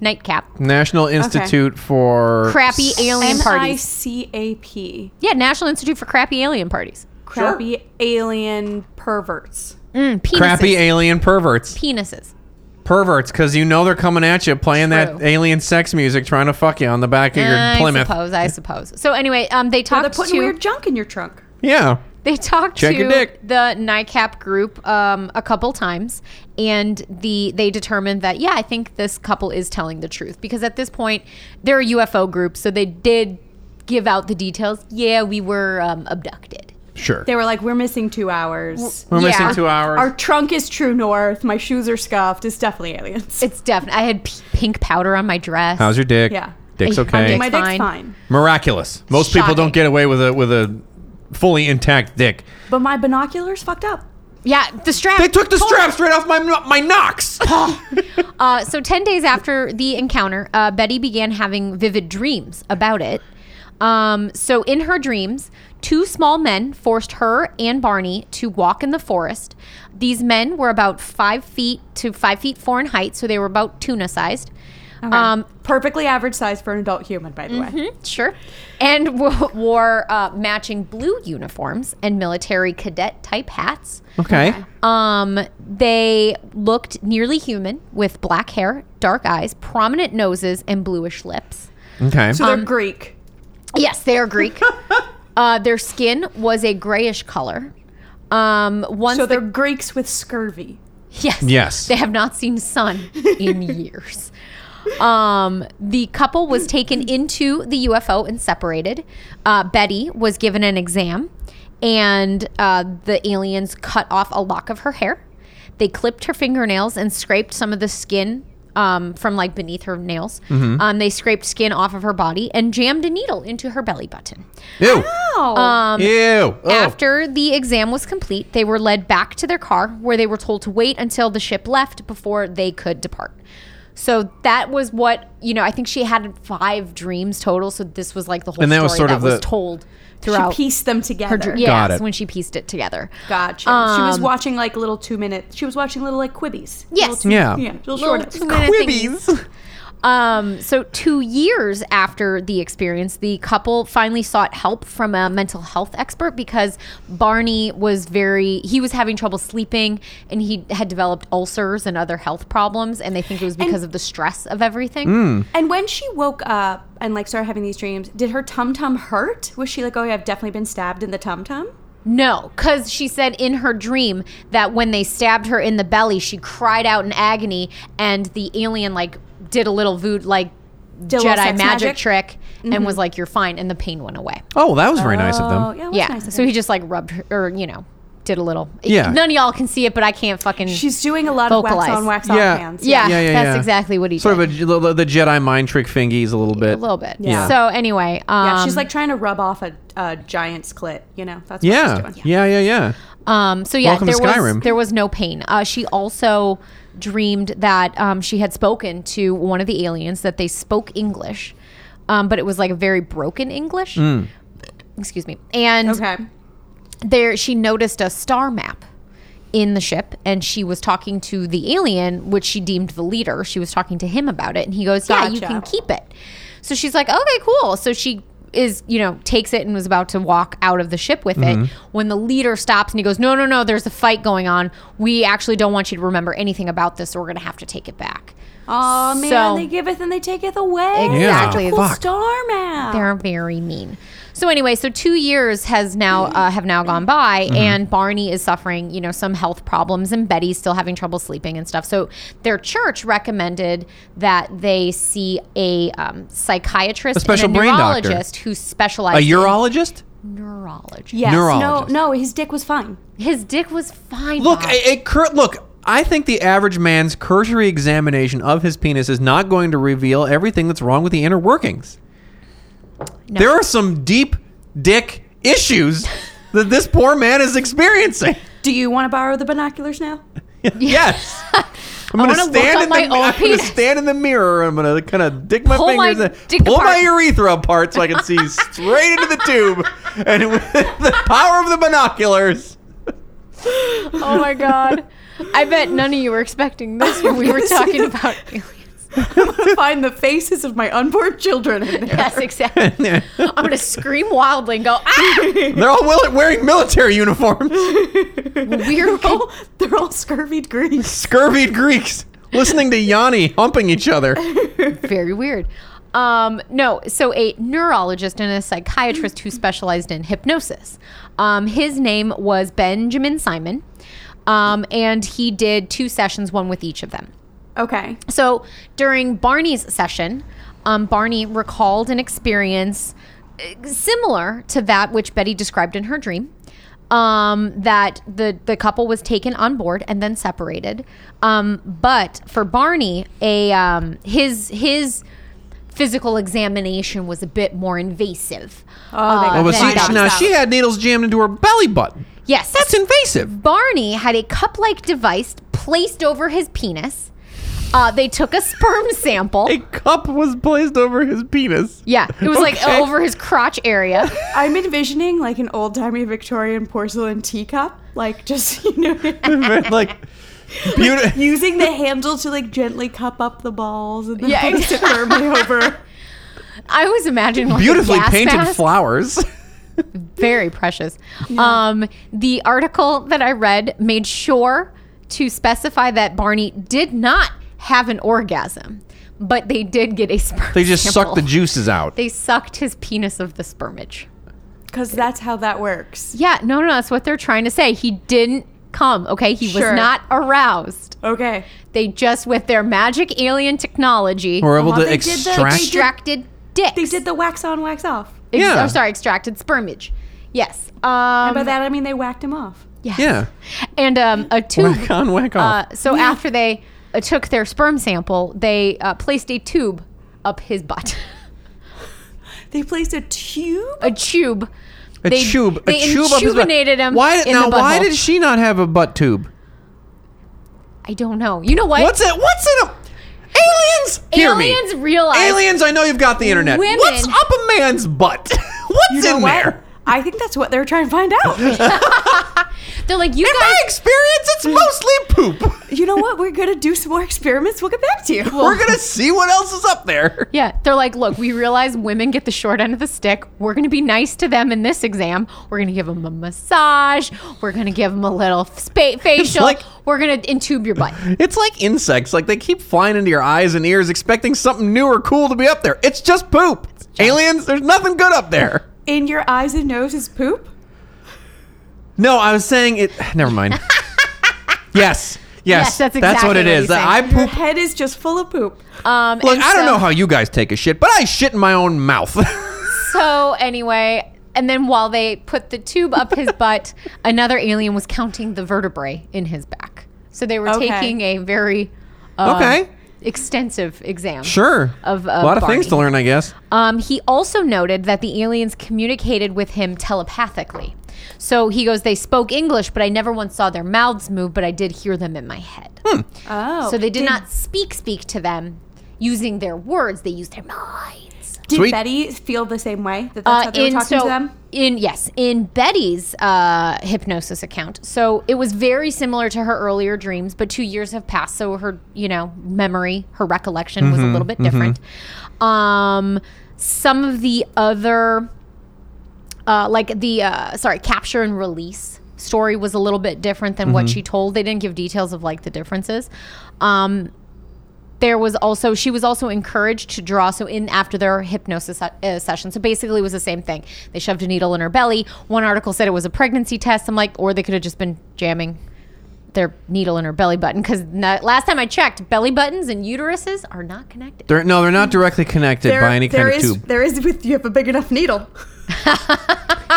C: Nightcap.
B: National Institute for
C: Crappy alien parties.
D: N-I-C-A-P.
C: Yeah, National Institute for Crappy Alien Parties.
D: Crappy alien perverts.
C: Mm, penises.
B: Crappy alien perverts.
C: penises.
B: Perverts, because you know they're coming at you playing that
C: True.
B: alien sex music, trying to fuck you on the back of your
C: I
B: Plymouth.
C: suppose. I suppose. So anyway, um, they
D: They're
C: talked
D: putting
C: to
D: weird junk in your trunk.
B: Yeah.
C: They talked
B: Check
C: to
B: your dick.
C: the NICAP group um, a couple times, and the they determined that yeah, I think this couple is telling the truth because at this point they're a UFO group, so they did give out the details. Yeah, we were um, abducted.
B: Sure.
D: They were like, we're missing two hours.
B: We're missing
C: Yeah.
B: two hours.
D: Our trunk is true north. My shoes are scuffed. It's definitely aliens.
C: It's definite. I had p- pink powder on my dress.
B: How's your dick?
D: Yeah.
B: Dick's
C: I'm
B: okay.
C: dick-
D: My dick's
C: fine.
D: fine.
B: Miraculous. Most people
C: Shocking.
B: don't get away with a with a fully intact dick.
D: But my binoculars fucked up.
C: yeah the strap?
B: They took the straps right off my my knocks.
C: Uh, so 10 days after the encounter, uh, Betty began having vivid dreams about it. Um, so in her dreams, two small men forced her and Barney to walk in the forest. These men were about five feet to five feet four in height, so they were about tuna sized. Um,
D: Perfectly average size for an adult human, by the way.
C: sure. And w- wore uh, matching blue uniforms and military cadet type hats.
B: okay.
C: Um, they looked nearly human with black hair, dark eyes, prominent noses, and bluish lips.
B: Okay.
D: So they're
C: Um,
D: Greek.
C: Yes, they are Greek. uh, their skin was a grayish color. Um, once
D: So
C: the-
D: they're Greeks with scurvy.
C: yes,
B: Yes.
C: they have not seen sun in years. Um, the couple was taken into the UFO and separated. Uh, Betty was given an exam, and uh, the aliens cut off a lock of her hair. They clipped her fingernails and scraped some of the skin um, from like beneath her nails. Um, they scraped skin off of her body and jammed a needle into her belly button.
B: Ew.
D: Oh.
B: Ew. Oh. Ugh.
C: After the exam was complete, they were led back to their car where they were told to wait until the ship left before they could depart. So that was what, you know, I think she had five dreams total. So this was like the whole
B: And that
C: story
B: was sort
C: that
B: of
C: was
B: the-
C: told
D: she
C: throughout
D: pieced them together.
C: her dream. Yes,
B: Got it.
C: when she pieced it together.
D: Gotcha. she was
C: Um,
D: watching like little two minute. She was watching little like quibbies.
C: Yes.
D: Little two-
B: Yeah.
D: Yeah. Little,
C: Little
D: short.
C: two-minute thingies. Um, so two years after the experience, the couple finally sought help from a mental health expert because Barney was very he was having trouble sleeping and he had developed ulcers and other health problems and Hmm. they think it was because of the stress of everything.
D: And when she woke up and like started having these dreams, did her tum tum hurt? Was she like, oh, yeah, I've definitely been stabbed in the tum tum?
C: No, because she said in her dream that when they stabbed her in the belly, she cried out in agony, and the alien like did a little vood like
D: Did a little
C: Jedi
D: sex
C: magic,
D: magic? Mm-hmm.
C: trick and was like, "You're fine," and the pain went away.
B: Oh, that was very nice of
D: Oh,
B: them.
D: yeah. That's
C: yeah,
D: Nice of
C: so
D: her.
C: he just like rubbed her, or you know, did a little.
B: Yeah.
C: none of y'all can see it, but I can't fucking.
D: She's doing a lot of wax
C: Vocalize.
D: on, wax
B: Yeah.
D: off hands.
C: yeah,
B: Yeah, yeah,
C: that's
B: yeah.
C: exactly what he
B: Sort
C: did.
B: of a, the, the Jedi mind trick fingies a little bit.
C: a little bit.
D: Yeah.
C: So anyway, um,
D: Yeah, she's like trying to rub off a, a giant's clit. You know, that's what she's
B: Yeah.
D: doing.
B: Yeah. Yeah. Yeah.
C: Um, so yeah,
B: Welcome to
C: there
B: Skyrim.
C: was there was no pain. Uh, she also dreamed that um, she had spoken to one of the aliens that they spoke English, um, but it was like a very broken English.
B: Mm.
C: Excuse me. And
D: Okay.
C: there, she noticed a star map in the ship, and she was talking to the alien, which she deemed the leader. She was talking to him about it, and he goes, "Yeah, you
D: Gotcha.
C: can keep it." So she's like, "Okay, cool." So she is, you know, takes it and was about to walk out of the ship with it when the leader stops and he goes, "No, no, no, there's a fight going on. We actually don't want you to remember anything about this, so we're going to have to take it back."
D: Oh man,
C: So-
D: they giveth and they taketh away.
C: Exactly.
D: Cool
B: Fuck.
D: star map.
C: They're very mean. So anyway, so two years has now uh, have now gone by,
B: Mm-hmm.
C: and Barney is suffering, you know, some health problems, and Betty's still having trouble sleeping and stuff. So their church recommended that they see a um, psychiatrist,
B: A special
C: and a
B: brain doctor.
C: neurologist who
B: A
C: specializes
B: urologist?
C: in neurology.
D: yes. No,
B: Neurologist.
D: no, his dick was fine.
C: His dick was fine.
B: Look,
C: Bob.
B: a, a cur- look. I think the average man's cursory examination of his penis is not going to reveal everything that's wrong with the inner workings.
C: No.
B: There are some deep dick issues that this poor man is experiencing.
D: Do you want to borrow the binoculars now?
B: yes. I'm gonna
C: wanna look
B: stand
C: up
B: in the
C: my own
B: I'm gonna
C: penis.
B: stand in the mirror. I'm gonna kind of dig my
C: Pull my
B: fingers and
C: dick
B: pull my
C: apart.
B: urethra apart so I can see straight into the tube. And with the power of the binoculars,
C: Oh my god. I bet none of you were expecting this when we were
D: gonna say
C: talking
D: that.
C: about aliens.
D: Find the faces of my unborn children in there.
C: Yes, exactly.
B: they're
C: I'm gonna scream wildly and go, ah
B: all will- wearing military uniforms.
C: weird
D: They're all, they're all scurvied Greeks.
B: Scurvied Greeks listening to Yanni humping each other.
C: very weird. Um, no, so a neurologist and a psychiatrist who specialized in hypnosis. Um, his name was Benjamin Simon, um, and he did two sessions, one with each of them.
D: Okay.
C: So during Barney's session, um, Barney recalled an experience eh, similar to that which Betty described in her dream. Um, that the the couple was taken on board and then separated. Um, but for Barney, a um, his his physical examination was a bit more invasive.
D: Oh, they got
B: Oh, but she,
C: then
D: knocked
C: that's
B: now
D: out.
B: she had needles jammed into her belly button.
C: Yes,
B: That's invasive.
C: Barney had a cup like device placed over his penis. Uh, they took a sperm sample.
B: A cup was placed over his penis.
C: Yeah, it was like
B: Okay.
C: over his crotch area.
D: I'm envisioning like an old timey Victorian porcelain teacup, like just you know,
B: like beautiful.
D: using the handle to like gently cup up the balls and then
C: Yeah,
D: put
C: exactly.
D: sperm over.
C: I was imagining like a
B: Beautifully
C: gas
B: painted
C: mask.
B: flowers.
C: very precious. Um, the article that I read made sure to specify that Barney did not have an orgasm, but they did get a sperm.
B: They just
C: sample.
B: sucked the juices out.
C: They sucked his penis of the spermage.
D: Because that's how that works.
C: Yeah, no, no, that's what they're trying to say. He didn't come. Okay, he
D: Sure.
C: was not aroused.
D: Okay.
C: They just with their magic alien technology
B: Were able
D: Well,
B: to
D: they did the-
B: extract.
C: extracted dicks.
D: They did the wax on, wax off.
C: Ex-
B: Yeah.
C: I'm sorry, extracted spermage. Yes. Um,
D: And by that I mean they whacked him off.
C: yes.
B: yeah.
C: And
B: Oh
C: um, a tube.
B: Whack on, whack
C: Uh,
B: off.
C: so after they uh, took their sperm sample, they uh, placed a tube up his butt.
D: They placed a tube.
C: a tube.
B: a
C: they-
B: tube.
C: they
B: a tube up his butt.
C: intubinated him
B: Why
C: in the
B: now? why
C: butthole.
B: did she not have a butt tube?
C: I don't know. You know what?
B: What's it? What's in a aliens? Hear me.
C: Aliens realize-
B: Aliens. I know you've got the internet.
C: Women-
B: What's up a man's butt? What's
D: You know
B: in
D: what?
B: there?
D: I think that's what they're trying to find out.
C: They're like, you
B: In my
C: guys.
B: experience, it's mostly poop.
D: you know what? We're gonna do some more experiments. We'll get back to you.
B: We're gonna see what else is up there.
C: Yeah, they're like, look, we realize women get the short end of the stick. We're going to be nice to them in this exam. We're going to give them a massage. We're going to give them a little spa- facial.
B: like-
C: We're going to intube your butt.
B: It's like insects. Like they keep flying into your eyes and ears, expecting something new or cool to be up there. It's just poop. Aliens. There's nothing good up there.
D: In your eyes and nose is poop.
B: No, I was saying it. Never mind. yes. Yes,
C: Yes, that's
B: what
C: exactly
B: it
C: what
B: is.
C: he's saying.
B: I
D: Your
B: poop
D: head is just full of poop.
C: Um,
B: Look,
C: and
B: I don't
C: so-
B: know how you guys take a shit, but I shit in my own mouth.
C: Uh, So anyway, and then while they put the tube up his butt, another alien was counting the vertebrae in his back. So they were
D: Okay.
C: taking a very uh,
B: Okay.
C: extensive exam.
B: sure.
C: Of,
B: a
C: uh,
B: lot of
C: Barney.
B: things to learn, I guess.
C: Um, he also noted that the aliens communicated with him telepathically. So he goes, they spoke English, but I never once saw their mouths move, but I did hear them in my head.
D: Oh.
C: So they did not speak speak to them using their words; they used their minds.
D: Did
B: Sweet.
D: Betty feel the same way? That that's how they were talking to them?
C: Uh, in yes, in Betty's uh, hypnosis account. So it was very similar to her earlier dreams, but two years have passed, so her you know memory, her recollection was a little bit different. Um, some of the other, uh, like the uh, sorry, capture and release story was a little bit different than what she told. They didn't give details of like the differences. Um, there was also she was also encouraged to draw so in after their hypnosis se- uh, session so basically it was the same thing they shoved a needle in her belly one article said it was a pregnancy test i'm like or they could have just been jamming their needle in her belly button because last time i checked belly buttons and uteruses are not connected
B: They're, no, they're not directly connected by any kind
D: there
B: of
D: is-
B: tube.
D: There is with you have a big enough needle.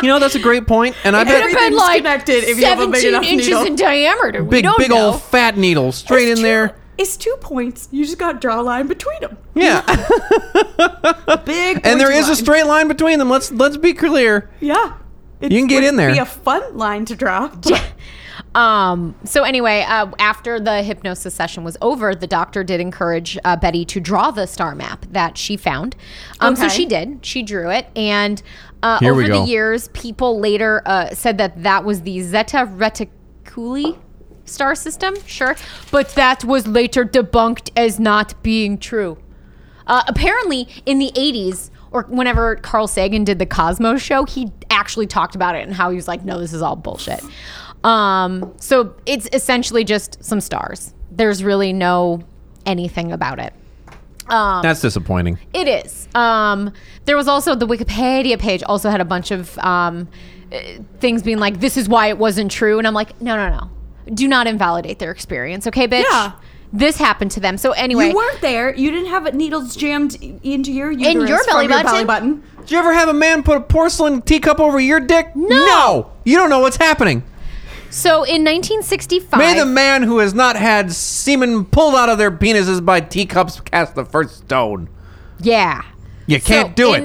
B: You know, that's a great point, and I
D: It could
B: bet
D: have everything's connected if you have a big enough
C: inches
D: needle.
C: in diameter we
B: big,
C: don't
B: big
C: know.
B: old fat needle straight in there.
D: It's two points. You just got to draw a line between them.
B: Yeah,
D: Big.
B: and there
D: pointy
B: is a
D: line.
B: straight line between them. Let's let's be clear.
D: Yeah. It
B: You can get in
D: wouldn't
B: there.
D: Be a fun line to draw.
C: Um, so anyway, uh, after the hypnosis session was over, the doctor did encourage uh, Betty to draw the star map that she found. Um, So
D: Okay.
C: she did. She drew it, and uh,
B: Here
C: over
B: we
C: the
B: go.
C: years, people later uh, said that that was the Zeta Reticuli star system. Sure, but that was later debunked as not being true. Uh, apparently, in the 80s, or whenever Carl Sagan did the Cosmos show, he actually talked about it and how he was like, no, this is all bullshit. Um, so it's essentially just some stars. There's really no anything about it. Um,
B: That's disappointing.
C: It is. Um, there was also the Wikipedia page also had a bunch of um, uh, things being like, this is why it wasn't true. And I'm like, no, no, no. Do not invalidate their experience, okay, bitch?
D: Yeah.
C: This happened to them. So anyway.
D: You weren't there. You didn't have it needles jammed i- into your uterus
C: your
D: from
C: belly button?
D: belly button.
B: Did you ever have a man put a porcelain teacup over your dick? No. You don't know what's happening.
C: so in 1965.
B: May the man who has not had semen pulled out of their penises by teacups cast the first stone.
C: Yeah.
B: You can't do it.
C: In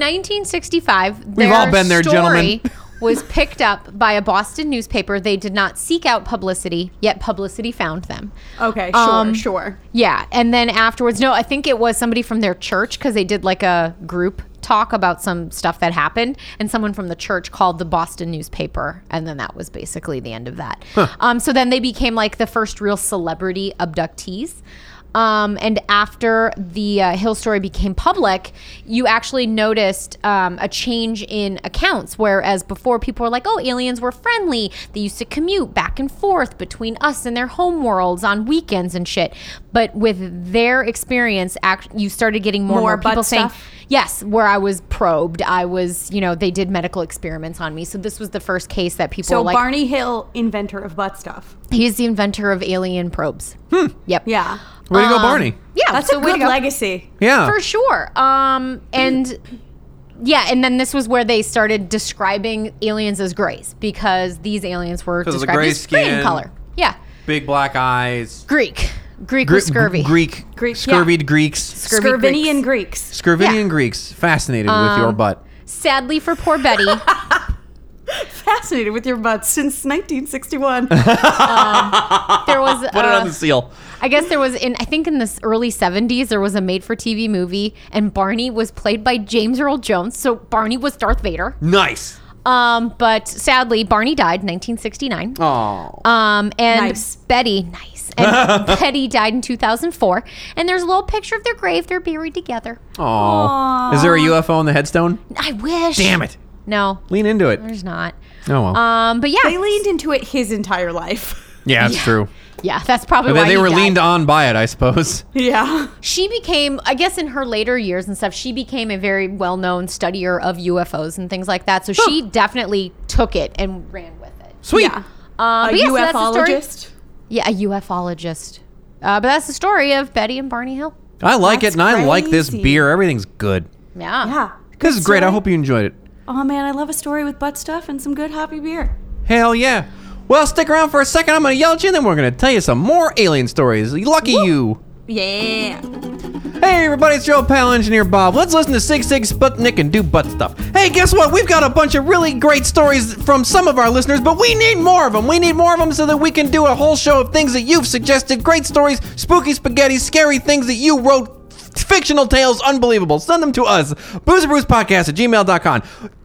C: 1965,
B: We've
C: their
B: all been there,
C: story
B: gentlemen.
C: was picked up by a Boston newspaper. They did not seek out publicity, yet publicity found them.
D: Okay, sure,
C: Um,
D: sure.
C: Yeah, and then afterwards, no, I think it was somebody from their church because they did like a group talk about some stuff that happened, and someone from the church called the Boston newspaper, and then that was basically the end of that. Um, so then they became like the first real celebrity abductees. Um, and after the uh, Hill story became public, you actually noticed um, a change in accounts. Whereas before, people were like, oh, aliens were friendly. They used to commute back and forth between us and their home worlds on weekends and shit. But with their experience, act- you started getting more,
D: More
C: and more people
D: butt
C: saying,
D: stuff?
C: yes, where I was probed. I was, you know, they did medical experiments on me. So this was the first case that people
D: So
C: were like,
D: Barney Hill, inventor of butt stuff.
C: he's the inventor of alien probes. Hmm. Yep.
D: Yeah,
B: Way to go, Barney.
C: Yeah.
D: that's
C: so
D: a
C: way to
D: good
C: go.
D: legacy.
B: Yeah.
C: Um, for sure um and yeah and then this was where they started describing aliens as grays because these aliens were
B: 'Cause of the
C: described
B: gray
C: as gray in
B: skin.
C: color yeah
B: Big black eyes.
C: greek greek
B: Gre-
C: was scurvy
B: Greek.
D: Greek,
B: Scurvied Greeks.
C: Scurvy
D: Skirvinian Greeks.
C: Greeks.
B: Scurvinian
C: Yeah.
B: Greeks. Fascinated with your butt.
C: sadly for poor betty
D: Fascinated with your butts since 1961.
C: there was
B: Put it on
C: uh,
B: the seal.
C: i guess there was in i think in the early 70s there was a made-for-tv movie and barney was played by james earl jones so barney was darth vader
B: Nice.
C: um but sadly barney died in 1969
B: Oh.
C: Um, and
D: Nice.
C: Betty, nice. And Betty died in 2004. And there's a little picture of their grave. They're buried together.
B: Is there a UFO on the headstone?
C: I wish.
B: Damn it.
C: No,
B: Lean into it.
C: there's not.
B: Oh well.
C: Um, but yeah,
D: they leaned into it his entire life.
B: yeah, that's true.
C: yeah, that's probably
B: And
C: why
B: then they
C: he
B: were
C: died.
B: leaned on by it, I suppose.
D: Yeah.
C: She became, I guess, in her later years and stuff, she became a very well-known studier of UFOs and things like that. So she definitely took it and ran with it.
B: Sweet.
D: Yeah. a
C: Um, but yeah, so that's the story.
D: ufologist.
C: yeah, a ufologist. Uh, but that's the story of Betty and Barney Hill.
B: I like
D: That's
B: it, and I like this
D: crazy.
B: beer. Everything's good.
D: yeah.
B: This is great. I
D: story.
B: hope you enjoyed it.
D: Oh man, I love a story with butt stuff and some good happy beer.
B: Hell yeah. Well, stick around for a second. I'm going to yell at you, and then we're going to tell you some more alien stories. Lucky you.
D: Yeah.
B: Hey, everybody, it's your old pal engineer Bob. Let's listen to Sig Sig Sputnik and do butt stuff. Hey, guess what? We've got a bunch of really great stories from some of our listeners, but we need more of them. We need more of them so that we can do a whole show of things that you've suggested great stories, spooky spaghetti, scary things that you wrote, fictional tales, unbelievable. Send them to us, boozeandbrewspodcast at gmail.com.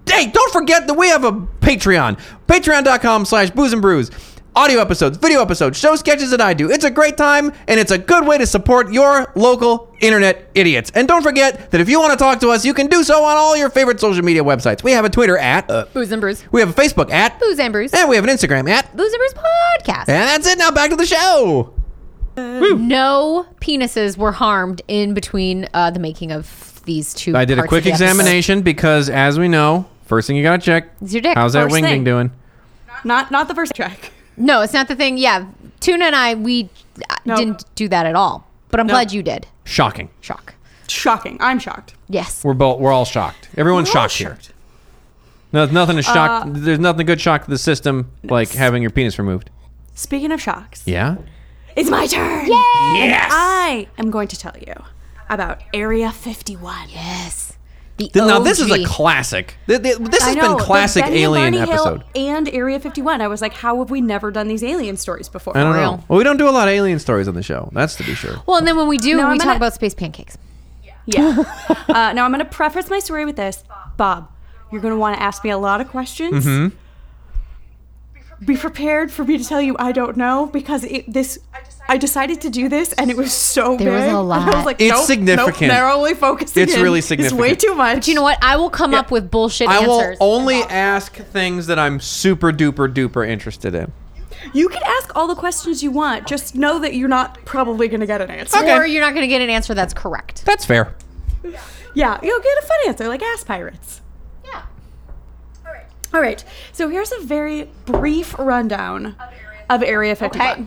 B: Hey, don't forget that we have a Patreon, patreon.com slash booze and brews audio episodes, video episodes, show sketches that I do. It's a great time and it's a good way to support your local internet idiots. And don't forget that if you want to talk to us, you can do so on all your favorite social media websites. We have a Twitter at uh,
C: Booze and Brews.
B: we have a Facebook at
C: Booze and Brews.
B: and we have an Instagram at
C: Booze and Brews
B: and
C: podcast.
B: that's it. Now back to the show.
C: No penises were harmed in between uh, the making of these two.
B: I did a
C: parts
B: quick
C: of the episode.
B: examination because, as we know, first thing you gotta check
C: Is your dick.
B: How's
C: how's
B: that
C: that
D: First wing
B: wing ding
D: thing. ding
B: doing?
D: Not not the first track.
C: No, it's not the thing. Yeah, Tuna and I we uh
D: No.
C: didn't do that at all. But I'm
D: No.
C: glad you did.
B: Shocking.
C: Shock.
D: Shocking. I'm shocked.
C: Yes.
B: We're both we're all shocked. Everyone's
D: We're all
B: shocked, here. No, nothing is shocked.
D: Uh,
B: There's nothing good shock to the system like having your penis removed.
D: Speaking of shocks,
B: Yeah.
D: it's my turn. Yay!
B: Yes.
D: I am going to tell you about Area 51.
C: Yes. The
B: Th- Now this is a
C: OG.
B: classic. Th- th- This has
D: I know,
B: been
D: the
B: classic
D: Benny and
B: alien
D: Barney Hill
B: episode.
D: and Area 51. I was like, how have we never done these alien stories before?
B: I don't know.
C: Real.
B: Well, we don't do a lot of alien stories on the show. That's to be sure.
C: Well, and then when we do,
D: No,
C: we
D: I'm
C: talk
D: gonna-
C: about space pancakes.
D: Yeah. uh, now I'm going to preface my story with this, Bob. You're going to want to ask me a lot of questions.
B: Mm-hmm.
D: Be prepared for me to tell you I don't know because it, this. I decided to do this, and it was so big.
C: There was a
D: I
C: lot.
D: was like,
B: It's
D: nope,
B: significant.
D: Nope, narrowly focusing.
B: It's
D: in
B: really
D: is way
B: significant.
D: too much.
C: Do you know what? I will come up with bullshit
B: I will
C: answers.
B: only ask things that I'm super duper duper interested in.
D: You can ask all the questions you want. Just know that you're not probably going to get an answer.
B: Okay.
C: Or you're not going to get an answer that's correct.
B: That's fair.
D: Yeah, you'll get a fun answer, like ass pirates.
C: Yeah.
D: All right. So here's a very brief rundown of Area 51.
C: Okay.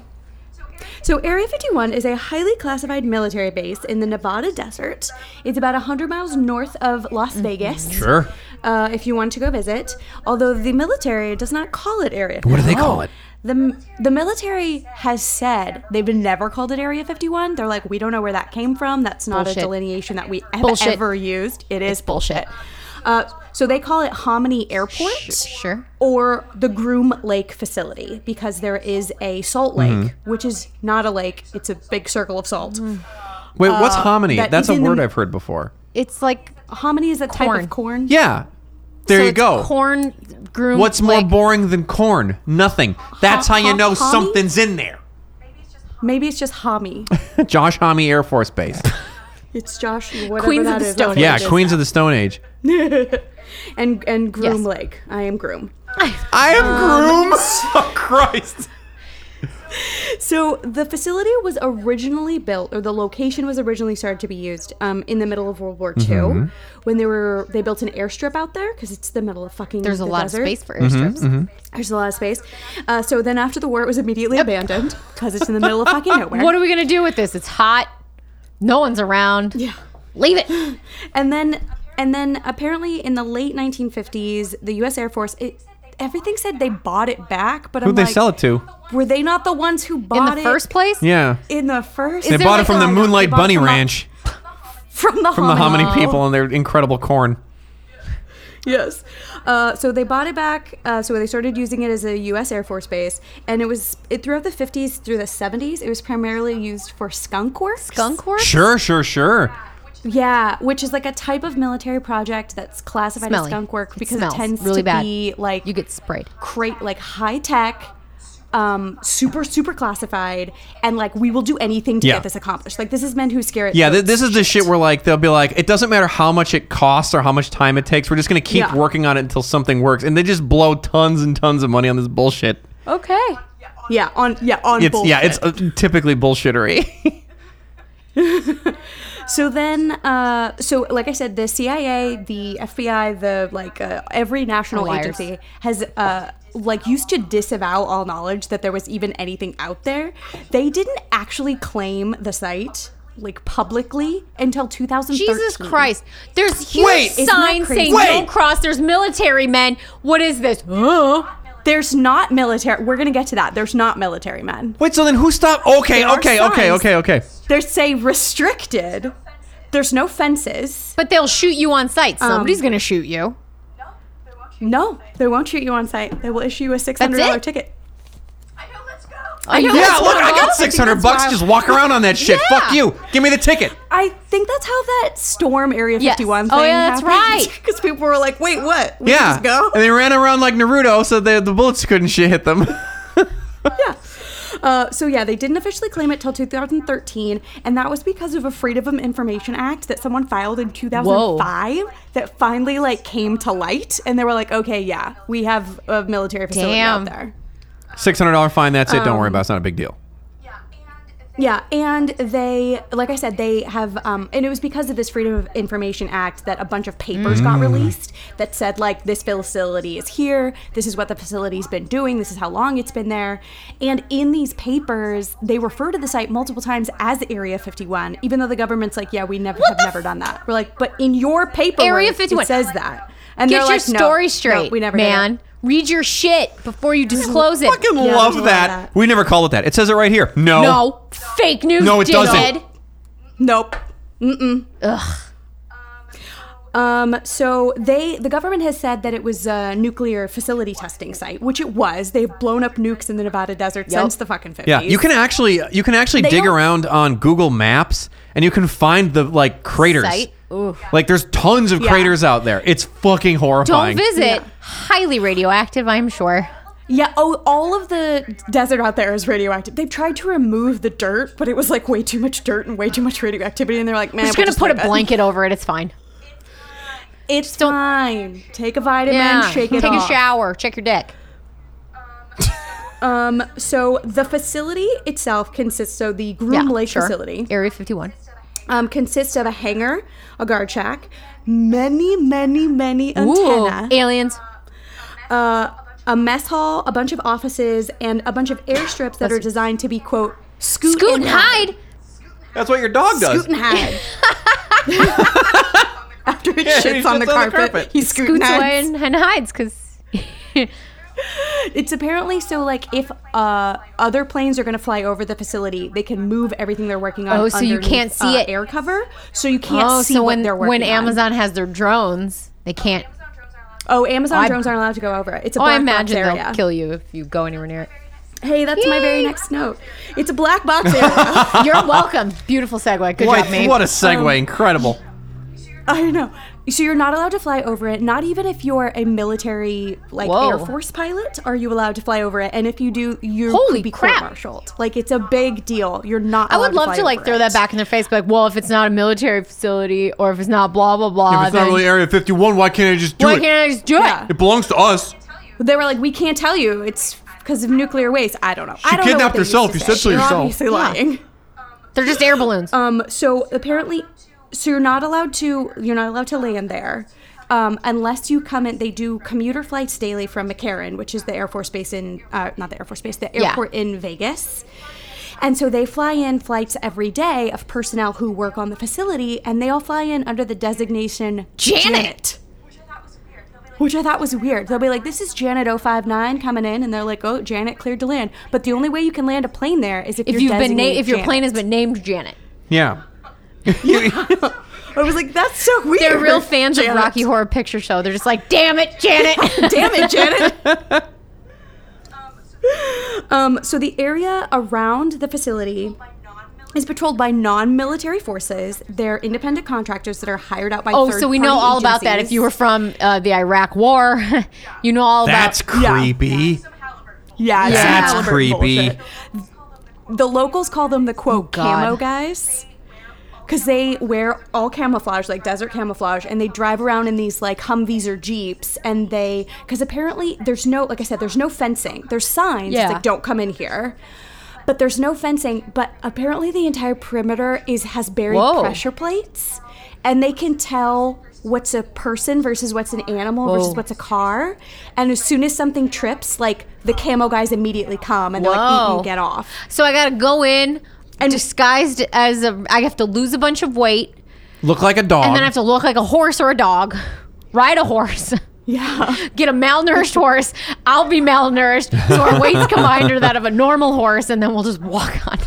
D: So Area 51 is a highly classified military base in the Nevada desert. It's about 100 miles north of Las Vegas.
B: Sure.
D: Uh, if you want to go visit, although the military does not call it Area 51.
B: What do they call it?
D: The, the military has said they've never called it Area 51. They're like, we don't know where that came from. That's not a
C: Bullshit.
D: delineation that we have
C: Bullshit.
D: ever used. It is
C: bullshit.
D: Uh, so they call it Hominy Airport
C: Sure.
D: or the Groom Lake facility because there is a salt lake,
B: Mm-hmm.
D: which is not a lake, it's a big circle of salt.
C: Mm.
B: Wait, what's hominy?
D: Uh, that
B: That's
D: is
B: a
D: in the-
B: word I've heard before.
C: It's like
D: Hominy is a type
C: Corn.
D: of corn.
B: Yeah. There
C: so
B: you
C: it's
B: go.
C: Corn groom.
B: What's more
C: like-
B: boring than corn? Nothing. That's how you
D: hom-
B: know
D: hominy?
B: something's in there.
D: Maybe it's just Hominy.
B: Josh Homme Air Force Base.
D: It's Josh, whatever
C: Queens of
D: that
C: the
D: is,
C: Stone
D: whatever
B: yeah,
D: it is.
B: Queens of the Stone Age.
D: And, and Groom
C: Yes.
D: Lake. I am Groom.
B: I am groom. Oh, Christ.
D: So the facility was originally built, or the location was originally started to be used um, in the middle of World War II,
C: Mm-hmm.
D: when they were they built an airstrip out there because it's the middle of fucking.
C: There's a
D: the
C: lot
D: desert.
C: of space for
B: Mm-hmm,
C: airstrips.
D: There's a lot of space. Uh, so then after the war, it was immediately abandoned because it's in the middle of fucking nowhere.
C: What are we going to do with this? It's hot. No one's around. Yeah. Leave it.
D: and then and then apparently in the late 1950s, the U.S. Air Force. It, Everything said they bought it back, but
B: Who'd
D: I'm
B: they
D: like,
B: sell it to?
D: Were they not the ones who
C: In
D: bought
C: the first
D: it
C: place?
B: Yeah.
D: in the first?
B: They
C: there
B: bought
C: like
B: it from
C: a-
B: the
C: they
B: Moonlight
D: bought it
B: Bunny
D: from a-
B: Ranch
D: from the
B: from the Hominy
D: Hominy
B: people and their incredible corn.
D: Yes. Uh, so they bought it back. Uh, so they started using it as a U.S. Air Force base, and it was it throughout the 50s through the 70s. It was primarily used for skunk works.
C: Skunk works?
B: Sure, sure, sure.
D: Yeah, which is like a type of military project that's classified
C: Smelly.
D: as skunk work
C: It
D: because it,
C: smells
D: tends
C: really
D: to
C: bad.
D: be like
C: You get sprayed.
D: crate like high tech. Um, super, super classified, and like we will do anything to
B: Yeah.
D: get this accomplished. Like this is men who scare it.
B: Yeah, th- this is the shit where like they'll be like, it doesn't matter how much it costs or how much time it takes. We're just gonna keep
D: Yeah.
B: working on it until something works, and they just blow tons and tons of money on this bullshit.
D: okay. Yeah, on yeah on.
B: It's yeah,
D: bullshit.
B: it's uh, typically bullshittery.
D: So then, uh, so like I said, the CIA, the FBI, the like uh, every national
C: Liars.
D: agency has uh, like used to disavow all knowledge that there was even anything out there. They didn't actually claim the site like publicly until 2013.
C: Jesus Christ. There's huge
B: Wait.
D: Isn't that
C: signs saying
D: crazy? Wait.
C: don't cross. There's military men. What is this? Huh?
D: There's not military. We're gonna get to that. There's not military men.
B: Wait, so then who stopped? Okay,
D: There are
B: okay, okay,
D: signs.
B: okay, okay.
D: They say restricted. There's no fences.
C: But they'll shoot you on
D: Um,
C: sight. Somebody's going to shoot you.
D: No, they won't shoot you on site. They will issue you a $600
C: it?
D: ticket.
C: I know
B: Yeah,
C: what's
B: look,
C: going
B: I
C: on.
B: got
D: I think
B: six hundred
D: that's
B: bucks.
D: wild.
B: Just walk around on that shit.
C: Yeah.
B: Fuck you. Give me the ticket.
D: I think that's how that storm Area
C: Yes.
D: 51
C: Oh,
D: thing
C: yeah, that's right.
D: Because people were like, wait, what? We
B: yeah,
D: just go?
B: and they ran around like Naruto, so the the bullets couldn't shit hit them.
D: yeah. Uh, so, yeah, they didn't officially claim it till 2013, and that was because of a Freedom of Information Act that someone filed in 2005 that finally, like, came to light, and they were like, okay, yeah, we have a military facility
C: Damn.
D: out there.
B: Six hundred dollar fine. That's it. Don't worry about. it. It's not a big deal.
D: Yeah, and they, like I said, they have, um, and it was because of this Freedom of Information Act that a bunch of papers got released that said, like, this facility is here, this is what the facility's been doing, this is how long it's been there. And in these papers, they refer to the site multiple times as Area 51, even though the government's like, yeah, we never have
C: the
D: never done that. We're like, but in your paper,
C: Area 51.
D: it says that. And
C: Get
D: they're
C: your
D: like, "No,
C: story
D: no,
C: straight,
D: we never did it."
C: man. Read your shit before you disclose it.
B: Fucking
D: Yeah,
B: love
D: we
B: that.
D: love that.
B: We never call it that. It says it right here. No.
C: no. Fake news,
B: No, it doesn't.
C: dickhead.
D: Nope. Mm-mm. Ugh. Um, so they, the government has said that it was a nuclear facility testing site, which it was. They've blown up nukes in the Nevada desert since the fucking fifties.
B: Yeah, you can actually you can actually dig
D: don't-
B: around on Google Maps and you can find the like craters.
C: Site? Ooh.
B: Like there's tons of craters out there. It's fucking
C: Don't
B: horrifying.
C: visit. Highly radioactive, I'm sure.
D: Yeah. Oh, all of the desert out there is radioactive. They've tried to remove the dirt, but it was like way too much dirt and way too much radioactivity, and they're like, man,
C: Just
D: we'll
C: gonna put a
D: leave it."
C: blanket over it. It's fine.
D: It's fine. Take a vitamin, shake it
C: Take
D: off.
C: a shower. Check your dick.
D: Um, so the facility itself consists. So the Groom Lake
C: sure.
D: facility
C: Area 51.
D: um, consists of a hangar, a guard shack, many, many, many
C: Ooh,
D: antenna,
C: aliens.
D: uh, a mess hall, a bunch of offices, and a bunch of airstrips that are designed to be quote scoot,
C: Scoot and hide.
B: That's what your dog does.
D: Scoot and hide. After it
B: Yeah, he
D: shits
B: shits on
D: on the
B: the
D: carpet,
B: carpet.
D: he scoots,
C: Scoots
D: hides.
C: away and, and hides because
D: It's apparently so like if uh, other planes are going to fly over the facility, they can move everything they're working on.
C: Oh, so you
D: underneath,
C: can't see
D: uh,
C: it.
D: air cover, so you can't
C: oh,
D: see
C: so
D: what
C: when
D: they're working
C: when
D: on.
C: Amazon has their drones, they can't.
D: Oh, Amazon
C: I-
D: drones aren't allowed to go over it. It's a
C: Oh, I
D: black box
C: imagine
D: area.
C: they'll kill you if you go anywhere near it.
D: hey, that's my very
C: Yay.
D: next note. It's a black box area.
C: You're welcome. Beautiful segue. Good
B: What,
C: job, mate.
B: what a segue. Incredible.
D: I know. So you're not allowed to fly over it. Not even if you're a military, like
C: Whoa.
D: Air Force pilot, are you allowed to fly over it. And if you do, you
C: Holy
D: could be
C: crap.
D: court-martialed. Like it's a big deal. You're not.
C: I would love to like throw that back in their face, but like, well, if it's not a military facility or if it's not blah blah blah, then
B: Area 51, why can't I just do
C: why can't I just do
D: Yeah.
C: it?
B: belongs to us.
D: They were like, we can't tell you. It's because of nuclear waste. I don't know. I don't
B: kidnapped
D: know what they
B: herself. You
D: Used to
B: said
D: say.
B: so
D: You're
B: yourself.
D: Obviously
B: Yeah.
D: lying.
C: They're just air balloons.
D: Um, so apparently, so you're not allowed to you're not allowed to land there, um, unless you come in. They do commuter flights daily from McCarran, which is the Air Force Base in uh, not the Air Force Base, the
C: Yeah.
D: airport in Vegas. And so they fly in flights every day of personnel who work on the facility, and they all fly in under the designation
C: Janet.
D: which I thought was weird. They'll be like, this is Janet 059 coming in, and they're like, oh, Janet cleared to land. But the only way you can land a plane there is if,
C: if
D: you're
C: you've been na-
D: designated
C: if your
D: Janet.
C: plane has been named Janet,
B: Yeah.
D: I was like, that's so weird.
C: they're real fans of
D: Janet.
C: Rocky Horror Picture Show. They're just like, damn it, Janet.
D: Damn it, Janet. um, so the area around the facility is patrolled by non-military forces. They're independent contractors that are hired out by.
C: oh, so we know all about that. If you were from uh, the Iraq War, you know all
B: That's
C: about.
B: creepy.
D: yeah, it's
C: That's
D: Halliburton
B: creepy.
D: bullshit. The locals call them the quote
C: Oh, God.
D: camo guys. Because they wear all camouflage, like desert camouflage, and they drive around in these like Humvees or Jeeps. And they, because apparently there's no, like I said, there's no fencing. There's signs.
C: Yeah.
D: It's like, don't come in here. But there's no fencing. But apparently the entire perimeter is has buried
C: Whoa.
D: pressure plates. And they can tell what's a person versus what's an animal versus
C: Whoa.
D: what's a car. And as soon as something trips, like the camo guys immediately come and they're like, eat
C: Whoa.
D: and get off.
C: So I gotta go in disguised as a. I have to lose a bunch of weight,
B: Look like a dog.
C: and then I have to look like a horse or a dog, ride a horse.
D: Yeah.
C: get a malnourished horse. I'll be malnourished. So our weights combined are that of a normal horse, and then we'll just walk on.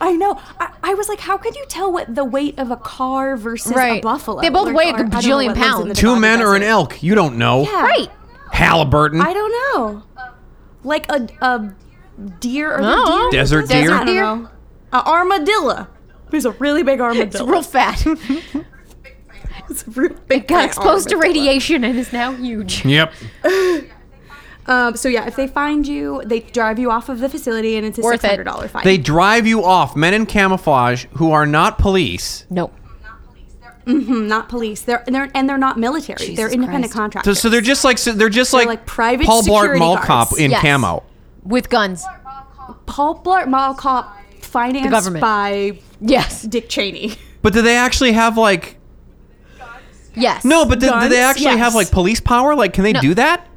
D: I know. I, I was like, how could you tell what the weight of a car versus a
C: Right.
D: buffalo?
C: They both
D: Like,
C: weigh a
D: or- I don't know
C: bajillion
D: what lives in
C: pounds.
D: the
B: Two
D: Nevada
B: men or an
D: desert.
B: elk. You don't know.
D: Yeah.
C: Right.
B: Halliburton.
D: I don't know. Like a, a deer or
C: No.
D: the deer?
B: Desert
D: I
B: deer?
D: don't know. A armadillo. There's a really big
C: It's
D: armadillo.
C: real fat.
D: It's a real big
C: Got
B: oh,
D: fat
C: exposed to
D: armadillo.
C: radiation and is now huge.
B: Yep.
D: Um, so yeah, if they find you, they drive you off of the facility, and it's a
C: Worth
D: six
C: it.
D: hundred dollar fine.
B: They drive you off. Men in camouflage who are not police.
C: No.
D: Mm, not police. They're and they're and they're not military. they're independent
C: Christ.
B: So,
D: contractors.
B: so they're just like so they're just like,
D: like private
B: Paul Blart
D: security
B: Mall
D: guards.
B: Cop in
C: Yes.
B: camo.
C: With guns.
D: Paul Blart Mall Cop, financed
C: government.
D: by
C: Yes.
D: Dick Cheney.
B: But do they actually have like
C: Yes.
B: no? But do, do they
D: Guns?
B: actually have
D: Yes.
B: like police power? Like, can they do that?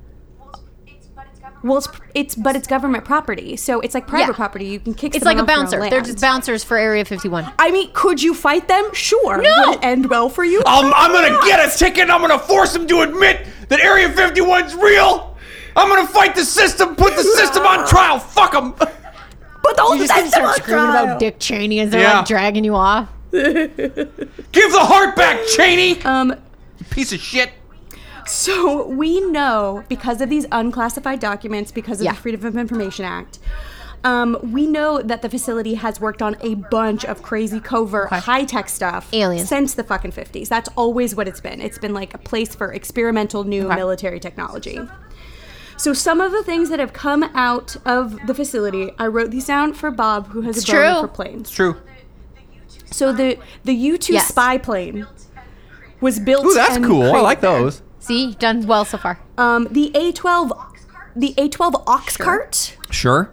D: Well, it's it's but it's government property, so it's like private
C: Yeah.
D: property. You can kick.
C: It's
D: someone
C: like a
D: off your own
C: bouncer. They're
D: land.
C: just bouncers for Area 51.
D: I mean, could you fight them? Sure.
C: No!
D: Would it end well for you?
C: Oh,
B: I'm, I'm gonna get a ticket. and I'm gonna force them to admit that Area 51's real. I'm gonna fight the system. Put the system on trial. Fuck them.
D: but the whole
C: You're just gonna
D: system
C: start
D: on
C: screaming
D: trial.
C: about Dick Cheney as they're
B: Yeah.
C: like dragging you off.
B: Give the heart back, Cheney.
D: Um,
B: Piece of shit.
D: So we know because of these unclassified documents, because of
C: Yeah.
D: the Freedom of Information Act, um, we know that the facility has worked on a bunch of crazy covert high tech stuff
C: Aliens.
D: since the fucking 50s. That's always what it's been. It's been like a place for experimental new military technology. So some of the things that have come out of the facility, I wrote these down for Bob, who has
C: It's
D: a boner
C: true.
D: for planes.
B: True.
D: So the the U two
C: Yes.
D: spy plane was built.
B: Ooh, that's
D: and
B: cool. I
D: created
B: like
D: there.
B: those.
C: See, you've done well so far.
D: Um, the A twelve, the A twelve ox cart,
B: Sure.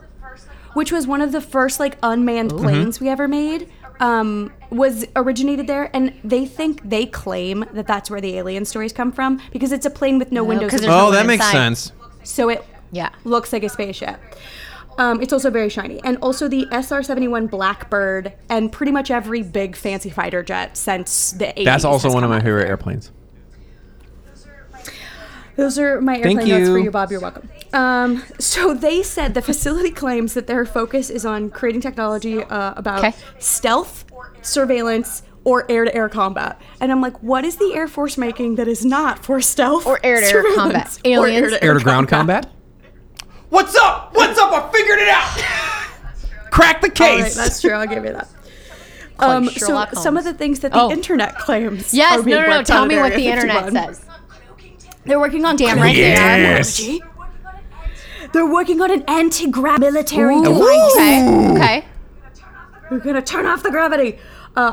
D: which was one of the first like unmanned
B: Mm-hmm.
D: planes we ever made, um, was originated there, and they think they claim that that's where the alien stories come from because it's a plane with no windows.
C: 'cause
D: and
C: there's no
B: Oh, that
C: one
B: makes
C: inside.
B: sense.
D: so it
C: Yeah.
D: looks like a spaceship. Um, it's also very shiny. And also the SR 71 Blackbird and pretty much every big fancy fighter jet since the 80s.
B: That's also
D: has
B: one of my
D: come out.
B: favorite airplanes.
D: Those are my airplane
B: Thank
D: notes for
B: you.
D: you, Bob. You're welcome. Um, so they said the facility claims that their focus is on creating technology uh, about
C: Okay.
D: stealth, surveillance, or air-to-air combat. And I'm like, what is the Air Force making that is not for stealth
C: Or air-to-air
D: surveillance,
C: combat?
D: or
C: Aliens?
D: air-to-air
B: Air to ground combat. What's up? What's up? I figured it out. Crack the
D: All right,
B: case.
D: that's true. I'll give you that. Um, so
C: Sherlock
D: some of
C: Holmes.
D: the things that the
C: Oh.
D: internet claims.
C: Yes,
D: are
C: no,
D: being
C: no, no.
D: worked
C: Tell
D: on
C: me
D: at
C: what the
D: Area
C: internet
D: 51.
C: says.
D: They're working on
C: Damn right they are.
B: Yes.
D: technology. They're working on an anti-grav military
C: Ooh,
D: device.
C: Okay. Okay.
D: We're gonna turn off the gravity. Uh,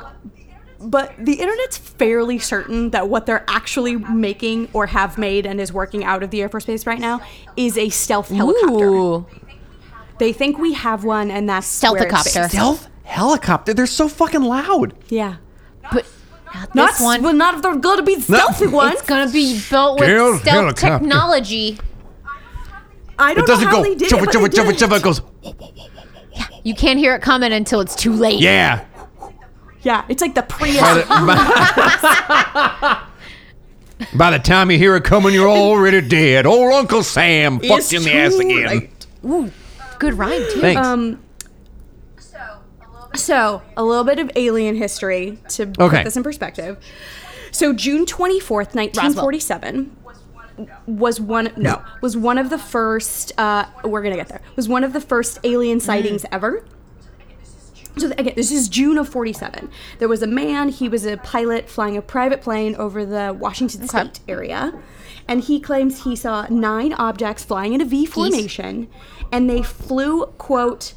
D: but the internet's fairly certain that what they're actually making or have made and is working out of the Air Force Base right now is a stealth helicopter.
C: Ooh.
D: They think we have one, and that's where it's
C: Stealthicopter.
D: based.
B: Stealth helicopter. They're so fucking loud.
D: Yeah,
C: But not,
D: not
C: this one.
D: Well, not if they're gonna be stealthy ones.
C: It's gonna be built with
B: Stealth
C: stealth
B: helicopter.
C: technology.
D: I don't
B: It doesn't
D: know how
B: go.
D: they did
B: Chubba
D: it, but
B: chubba
D: they did
B: chubba
D: it.
B: chubba. It goes.
C: You can't hear it coming until it's too late.
B: Yeah.
D: Yeah, it's like the Prius.
B: By the, by- by the time you hear it coming, you're already dead. Old Uncle Sam fucked you in the ass again.
C: Ooh, good rhyme too.
B: Thanks.
D: Um, so, a little bit of alien history to
B: Okay.
D: put this in perspective. So, June 24th, 1947 was one no, was one of the first uh, we're going to get there. Was one of the first alien sightings ever. So th- again, this is June of 47. There was a man, he was a pilot flying a private plane over the Washington state area, and he claims he saw nine objects flying in a V formation, and they flew, quote,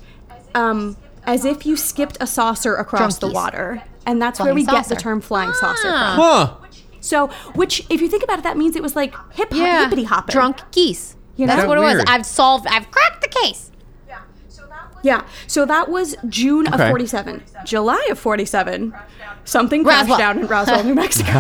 D: um, as if you skipped a saucer across the
C: Drunkies.
D: water. And that's where
C: Flying
D: we get
C: saucer. Ah.
D: the term flying saucer from.
B: huh.
D: So, which, if you think about it, that means it was like hip hop,
C: yeah.
D: hippity hopping.
C: Drunk geese.
D: You
C: That's
D: know?
C: what it was.
B: Weird.
C: I've solved. I've cracked the case.
D: Yeah. So that was June
B: Okay.
D: of 47. July of 47, something
C: Roswell.
D: crashed down in Roswell, New Mexico.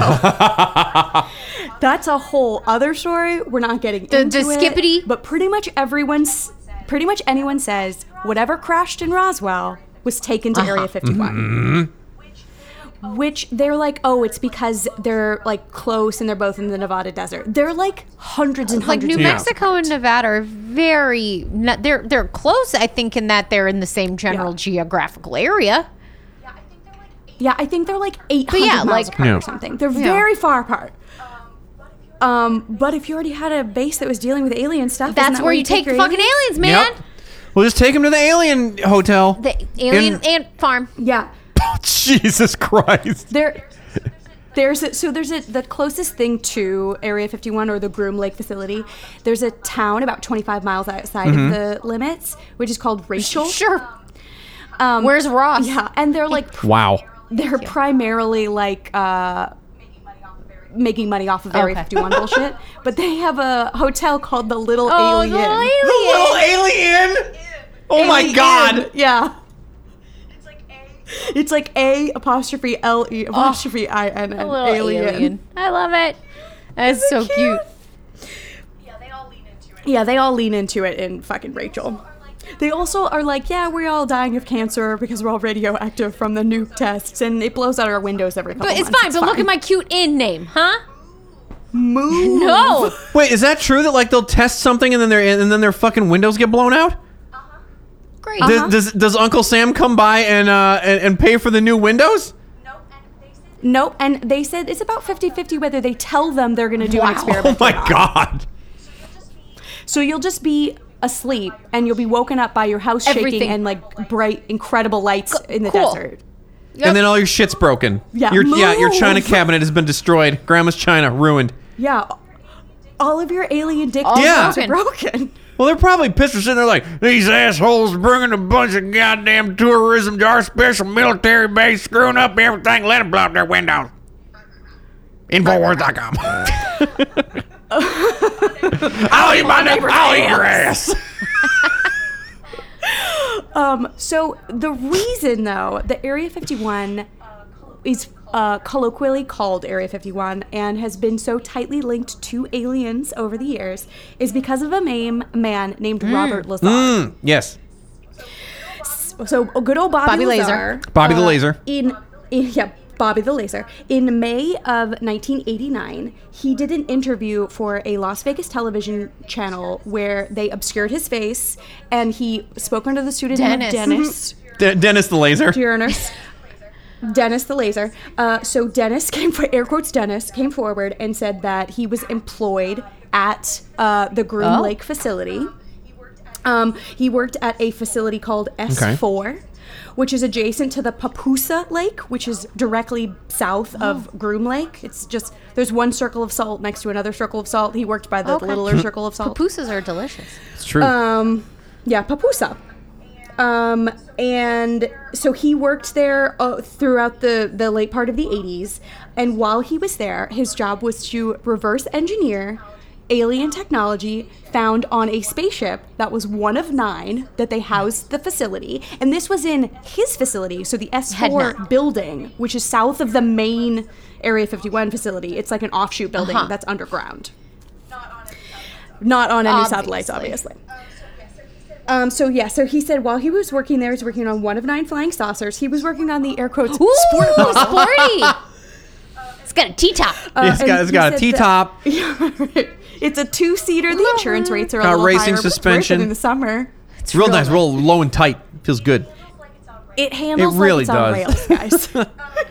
D: That's a whole other story. We're not getting into
C: the
D: it,
C: skippity-
D: But pretty much everyone's, pretty much anyone says whatever crashed in Roswell was taken to
C: Uh-huh.
D: Area 51.
C: Mm-hmm.
D: Which they're like, oh, it's because they're like close and they're both in the Nevada desert. They're like hundreds and
C: Like
D: hundreds.
C: New
D: of-
B: Yeah.
C: Mexico and Nevada are very. Not, they're they're close. I think in that they're in the same general
D: Yeah.
C: geographical area.
D: Yeah, I think they're like 800
C: yeah,
D: miles
C: like-
D: apart
B: Yeah.
D: or something. They're very far apart. Um, but if you already had a base that was dealing with alien stuff,
C: That's where you take the fucking
D: alien?
C: aliens, man.
B: Yep. We'll just take him to the alien hotel.
C: The alien
B: In-
C: ant farm.
D: Yeah,
B: Jesus Christ.
D: there. There's a, so there's a the closest thing to Area 51 or the Groom Lake facility. There's a town about 25 miles outside of the limits, which is called Rachel.
C: Sure.
D: Um,
C: Where's Ross?
D: Yeah, and they're like
B: Wow.
D: they're primarily like uh, making money off of Area
C: Okay.
D: 51 bullshit, but they have a hotel called the Little
C: Oh,
D: Alien.
C: the alien.
B: The little alien. Oh my God.
D: Yeah. It's like A apostrophe L E apostrophe I N N
C: A Oh, little alien. I love it. That's so
D: cute?
C: cute.
D: Yeah, they all lean into it in fucking Rachel. They also are like, yeah, we're all dying of cancer because we're all radioactive from the nuke tests, and it blows out our windows every couple
C: But it's
D: months.
C: fine. But look at my cute in name, huh?
D: Moo.
C: No.
B: Wait, is that true that like they'll test something and then their and then their fucking windows get blown out?
C: Great.
B: Does, does does Uncle Sam come by and uh and, and pay for the new windows?
D: Nope. And they said it's about 50 50 whether they tell them they're going to do an experiment.
B: Oh my
D: or not.
B: god.
D: So you'll just be asleep and you'll be woken up by your house shaking
C: Everything.
D: and like bright, incredible lights in the
C: cool.
D: desert.
B: And then all your shit's broken.
D: Yeah,
B: Your, yeah, your
D: move.
B: china cabinet has been destroyed. Grandma's china ruined.
D: Yeah. All of your alien dick
B: Yeah.
D: are broken.
B: Well, they're probably pissed. They're sitting there like, these assholes bringing a bunch of goddamn tourism to our special military base, screwing up everything. Let them blow up their windows. Infowars.com. I'll eat my neighbor. I'll eat your ass.
D: So the reason, though, the Area 51 is uh, colloquially called Area 51 and has been so tightly linked to aliens over the years is because of a mame, man named Robert Lazar.
B: Mm, yes.
D: So oh, good old Bobby,
C: Bobby Lazar.
D: Lazar. uh,
B: Bobby the Laser.
D: In, in yeah, Bobby the Laser. In May of 1989, he did an interview for a Las Vegas television channel where they obscured his face and he spoke under the pseudonym
C: Dennis. Mm-hmm.
D: of Dennis.
B: De- Dennis the Laser.
D: Uranus. Dennis the laser. Uh, so Dennis came for air quotes. Dennis came forward and said that he was employed at uh, the Groom
C: Oh.
D: Lake facility. Um, he worked at a facility called S4, which is adjacent to the Papusa Lake, which is directly south
C: Oh.
D: of Groom Lake. It's just there's one circle of salt next to another circle of salt. He worked by the
C: Okay. Hmm.
D: littler circle of salt.
C: Papooses Uh-huh. are delicious.
B: It's true.
D: Um, yeah, Papusa. Um, and so he worked there uh, throughout the, the late part of the 80s. And while he was there, his job was to reverse engineer alien technology found on a spaceship that was one of nine that they housed the facility. And this was in his facility, so the
C: Head
D: S4
C: nod.
D: building, which is south of the main Area 51 facility. It's like an offshoot building
C: Uh-huh.
D: that's underground.
E: Um,
D: Not on any satellites,
C: Obviously.
D: obviously. Um, so yeah, so he said while he was working there, he was working on one of nine flying saucers. He was working on the air quotes
C: Ooh,
D: sport bus.
C: sporty. it's got a T top.
D: Uh,
B: it's got,
D: and
B: it's
D: he
B: got a
D: said
B: T top.
D: that- it's a two seater. The insurance rates are a
B: Got
D: little
B: racing
D: higher, but it's worth it
B: suspension.
D: in the summer.
B: It's real nice, real low and tight. Feels good.
D: It handles
B: It really
D: like it's
B: does.
D: on rails, guys.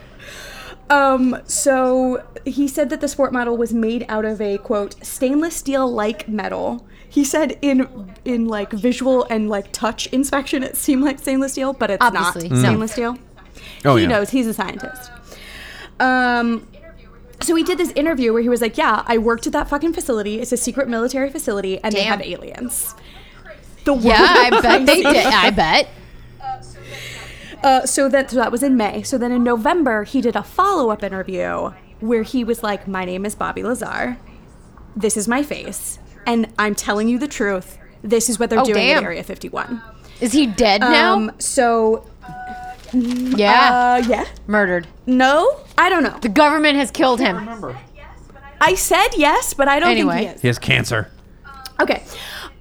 D: um, so he said that the sport model was made out of a quote stainless steel like metal. He said in in like visual and like touch inspection, it seemed like stainless steel, but it's
C: Obviously,
D: not
C: no.
D: stainless steel.
B: Mm. Oh,
D: he
B: yeah.
D: knows. He's a scientist. Um, so he did this interview where he was like, "Yeah, I worked at that fucking facility. It's a secret military facility, and they
C: Damn.
D: have aliens." The world
C: Yeah, I bet they did. I bet.
D: Uh, so that so that was in May. So then in November, he did a follow up interview where he was like, "My name is Bobby Lazar. This is my face, and I'm telling you the truth. This is what they're
C: Oh,
D: doing
C: damn.
D: at Area 51."
C: Is he dead
D: Um,
C: now?
D: so
C: Yeah,
D: uh, yeah,
C: murdered.
D: no, I don't know.
C: The government has killed him.
D: I said yes, but I don't think
C: Anyway.
D: he is.
B: He has cancer.
D: Okay.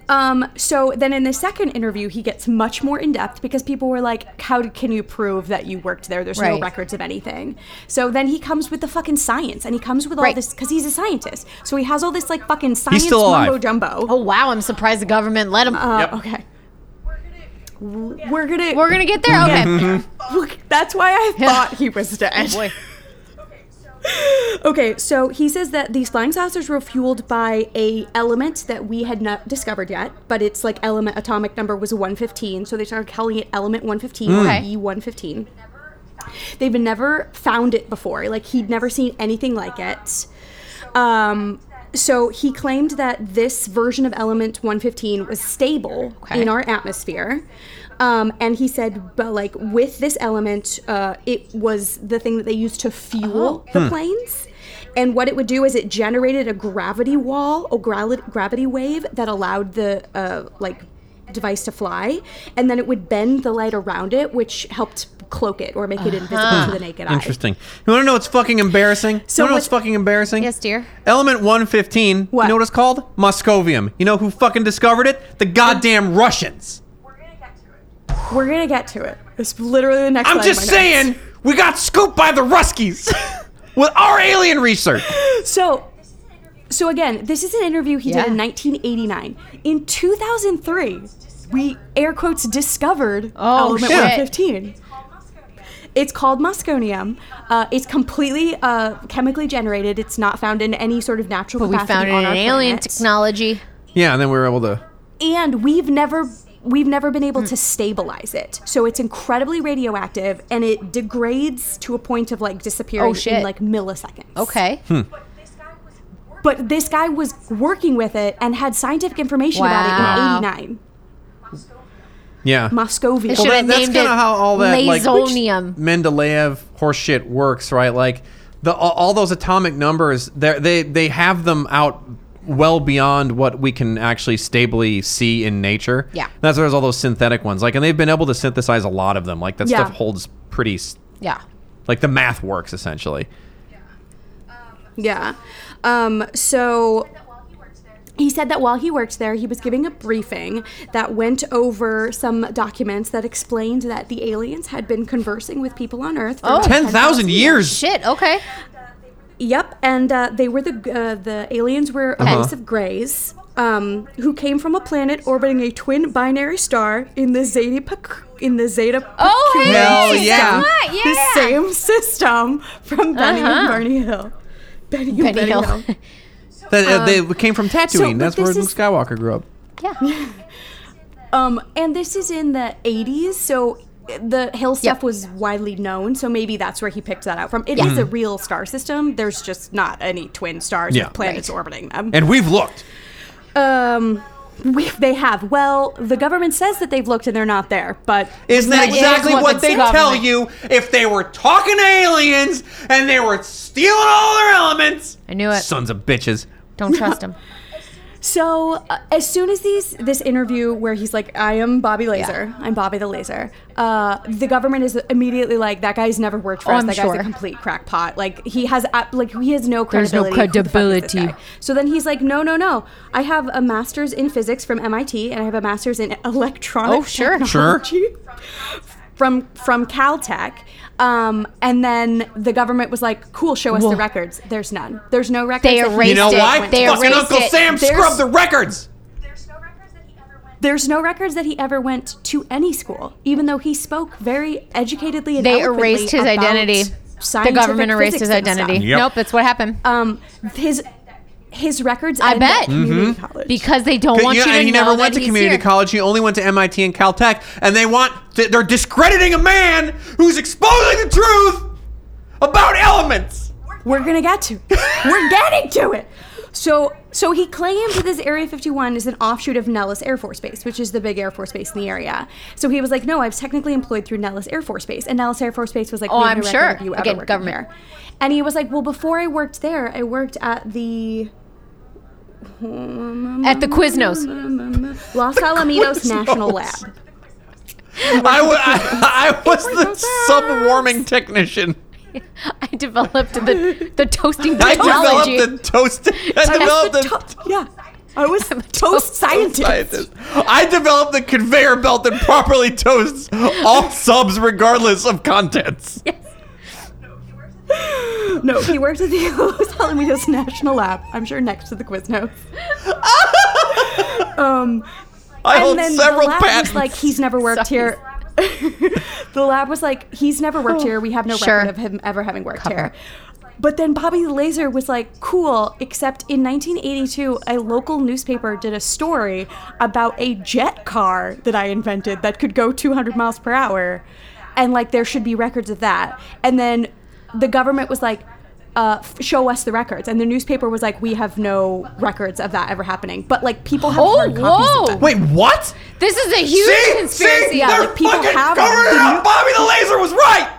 D: Um, so then in the second interview, he gets much more in depth because people were like, How d- can you prove that you worked there? There's no
C: Right.
D: records of anything. So then he comes with the fucking science and he comes with all
C: Right.
D: this because he's a scientist. So he has all this like fucking science
B: still alive.
D: mumbo jumbo.
C: Oh wow, I'm surprised the government let him.
D: Uh,
B: Yep.
D: okay. W- We're gonna.
C: We're gonna get there. Okay.
D: Look, that's why I thought he was dead.
C: Boy.
D: Okay, so he says that these flying saucers were fueled by a element that we had not discovered yet, but it's like element atomic number was 115, so they started calling it element 115
C: Hmm. Okay.
D: or E115. E They've never found it before. Like he'd never seen anything like it. Um so he claimed that this version of element 115 was stable
C: Okay.
D: in our atmosphere. Um, and he said, but like with this element, uh, it was the thing that they used to
B: Oh.
D: fuel
B: Hmm.
D: the planes. And what it would do is it generated a gravity wall, a gra- gravity wave that allowed the uh, like device to fly, and then it would bend the light around it, which helped cloak it or make it invisible to the naked eye.
B: Uh-huh. Interesting. You want to know what's fucking embarrassing? you
D: So
B: want to know
D: what-
B: what's fucking embarrassing?
C: Yes, dear.
B: Element 115.
D: What?
B: You know what it's called? Moscovium. You know who fucking discovered it? The goddamn Russians.
D: We're gonna get to it. It's literally the next.
B: I'm
D: line of
B: just
D: my notes.
B: saying, we got scooped by the Ruskies with our alien research.
D: So, so again, this is an interview he
C: Yeah.
D: did in 1989. In 2003, we air quotes discovered
C: Oh,
D: element
C: shit.
D: 115. It's called musconium. Uh, it's completely uh, chemically generated. It's not found in any sort of natural
C: But we
D: capacity
C: found it
D: on
C: in
D: our
C: alien
D: planet.
C: technology.
B: Yeah, and then we were able to.
D: and we've never we've never been able
C: Hmm.
D: to stabilize it. So it's incredibly radioactive and it degrades to a point of like disappearing
C: Oh, shit.
D: in like milliseconds.
C: Okay.
B: Hmm.
D: But this guy was working with it and had scientific information
C: Wow.
D: about it in 89.
B: Yeah.
D: Moscovia.
C: Well, should've
B: That- that's
C: named
B: kind
C: it
B: of how all that like
C: Lazonium.
B: Mendeleev horseshit works, right? Like the all, all those atomic numbers, they're- they they have them out well beyond what we can actually stably see in nature.
C: Yeah.
B: that's where there's all those synthetic ones. Like, and they've been able to synthesize a lot of them. Like that
D: Yeah.
B: stuff holds pretty. s-
C: Yeah.
B: Like the math works essentially.
D: yeah. Um, so he said that while he worked there, he was giving a briefing that went over some documents that explained that the aliens had been conversing with people on Earth for about
B: Ten thousand years.
C: Shit. Okay.
D: Yep, and uh, they were the uh, the aliens were
B: Uh-huh.
D: a race of greys um, who came from a planet orbiting a twin binary star in the Zeta Pac- in the Zeta
C: Oh, hey,
B: Hell
D: System,
B: yeah.
D: the
C: yeah.
D: same system from Benny
C: Uh-huh.
D: and Barney Hill. Benny and Benny,
C: Benny Hill.
D: Hill.
B: That, uh, they came from Tatooine.
D: but
B: that's where
D: this
B: Luke
D: is-
B: Skywalker grew up.
C: yeah.
D: Um, and this is in the 80s, so the Hill stuff
C: Yep.
D: was widely known, so maybe that's where he picked that out from. It is a real star system. There's just not any twin stars
B: Mm. Yeah.
D: with planets
C: Right.
D: orbiting them.
B: And we've looked.
D: Um, we, they have. Well, the government says that they've looked and they're not there, but
B: Isn't that
C: That is
B: exactly
C: what
B: what
C: the
B: they
C: government-
B: tell you if they were talking to aliens and they were stealing all their elements?
C: I knew it.
B: Sons of bitches.
C: Don't trust him.
D: so uh, as soon as these this interview where he's like, "I am Bobby Laser, I'm Bobby the Laser," uh, the government is immediately like, "That guy's never worked for
C: Oh,
D: us.
C: I'm
D: that
C: sure.
D: guy's a complete crackpot. Like he has uh, like he has no
C: There's no
D: credibility. Who the fuck is this
C: credibility.
D: guy?" So then he's like, "No, no, no. I have a master's in physics from MIT, and I have a master's in electronic
C: Oh, sure.
B: Sure.
D: technology." from from Caltech. Um, and then the government was like, "Cool, show us
C: Whoa.
D: the records." There's none. There's no records.
C: They
D: that he-
C: erased
B: You know
C: They
B: why?
C: went- they
B: Fucking
C: erased
B: Uncle
C: it.
B: Sam
D: There's-
B: scrubbed the records.
E: There's no records that he ever went.
D: There's no records that he ever went to any school, even though he spoke very educatedly and
C: They
D: eloquently
C: erased his
D: about
C: identity. The
D: scientific
C: government erased his
D: physics and
C: identity.
D: stuff.
B: Yep.
C: Nope. That's what happened.
D: Um, his his records.
C: I
D: end at
C: bet.
D: community college.
C: because they don't want you,
B: Yeah,
C: to
B: and he
C: know
B: never
C: that
B: went to
C: he's
B: community
C: here.
B: college. He only went to MIT and Caltech. And they want, th- they're discrediting a man who's exposing the truth about elements.
D: We're gonna get to. We're getting to it. So, so he claimed that this Area 51 is an offshoot of Nellis Air Force Base, which is the big Air Force Base in the area. So he was like, "No, I was technically employed through Nellis Air Force Base," and Nellis Air Force Base was like,
C: Oh,
D: "We
C: I'm
D: have no
C: sure.
D: record of You ever
C: Again,
D: working
C: government.
D: There. And he was like, "Well, before I worked there, I worked at the
C: At the Quiznos.
D: Los Alamitos National Lab."
B: I wa- I- I was the sub warming technician.
C: I developed the the toasting
B: I
C: technology.
B: developed the toast. I developed the
D: yeah, I was toast scientist.
B: scientist. I developed the conveyor belt that properly toasts all subs regardless of contents.
D: No, he worked at the Los Alamitos National Lab. I'm sure next to the Quiznos.
B: I hold
D: and then
B: several
D: the lab
B: patents.
D: was like, he's never worked
C: Sorry.
D: here. the lab was like, he's never worked
B: Oh,
D: here. We have no
C: Sure.
D: record of him ever having worked here. But then Bobby the Laser was like, cool, except in 1982, a local newspaper did a story about a jet car that I invented that could go 200 miles per hour. And like, there should be records of that. And then the government was like, uh, f- show us the records. And the newspaper was like, we have no records of that ever happening. But like, people have
C: Oh,
D: hard copies of
C: whoa.
D: them.
B: Wait, what?
C: This is a huge
B: see,
C: conspiracy.
B: see,
C: Yeah,
B: they're
D: like, people
B: fucking
D: have
B: covering it
D: them.
B: up. Bobby the Laser was right.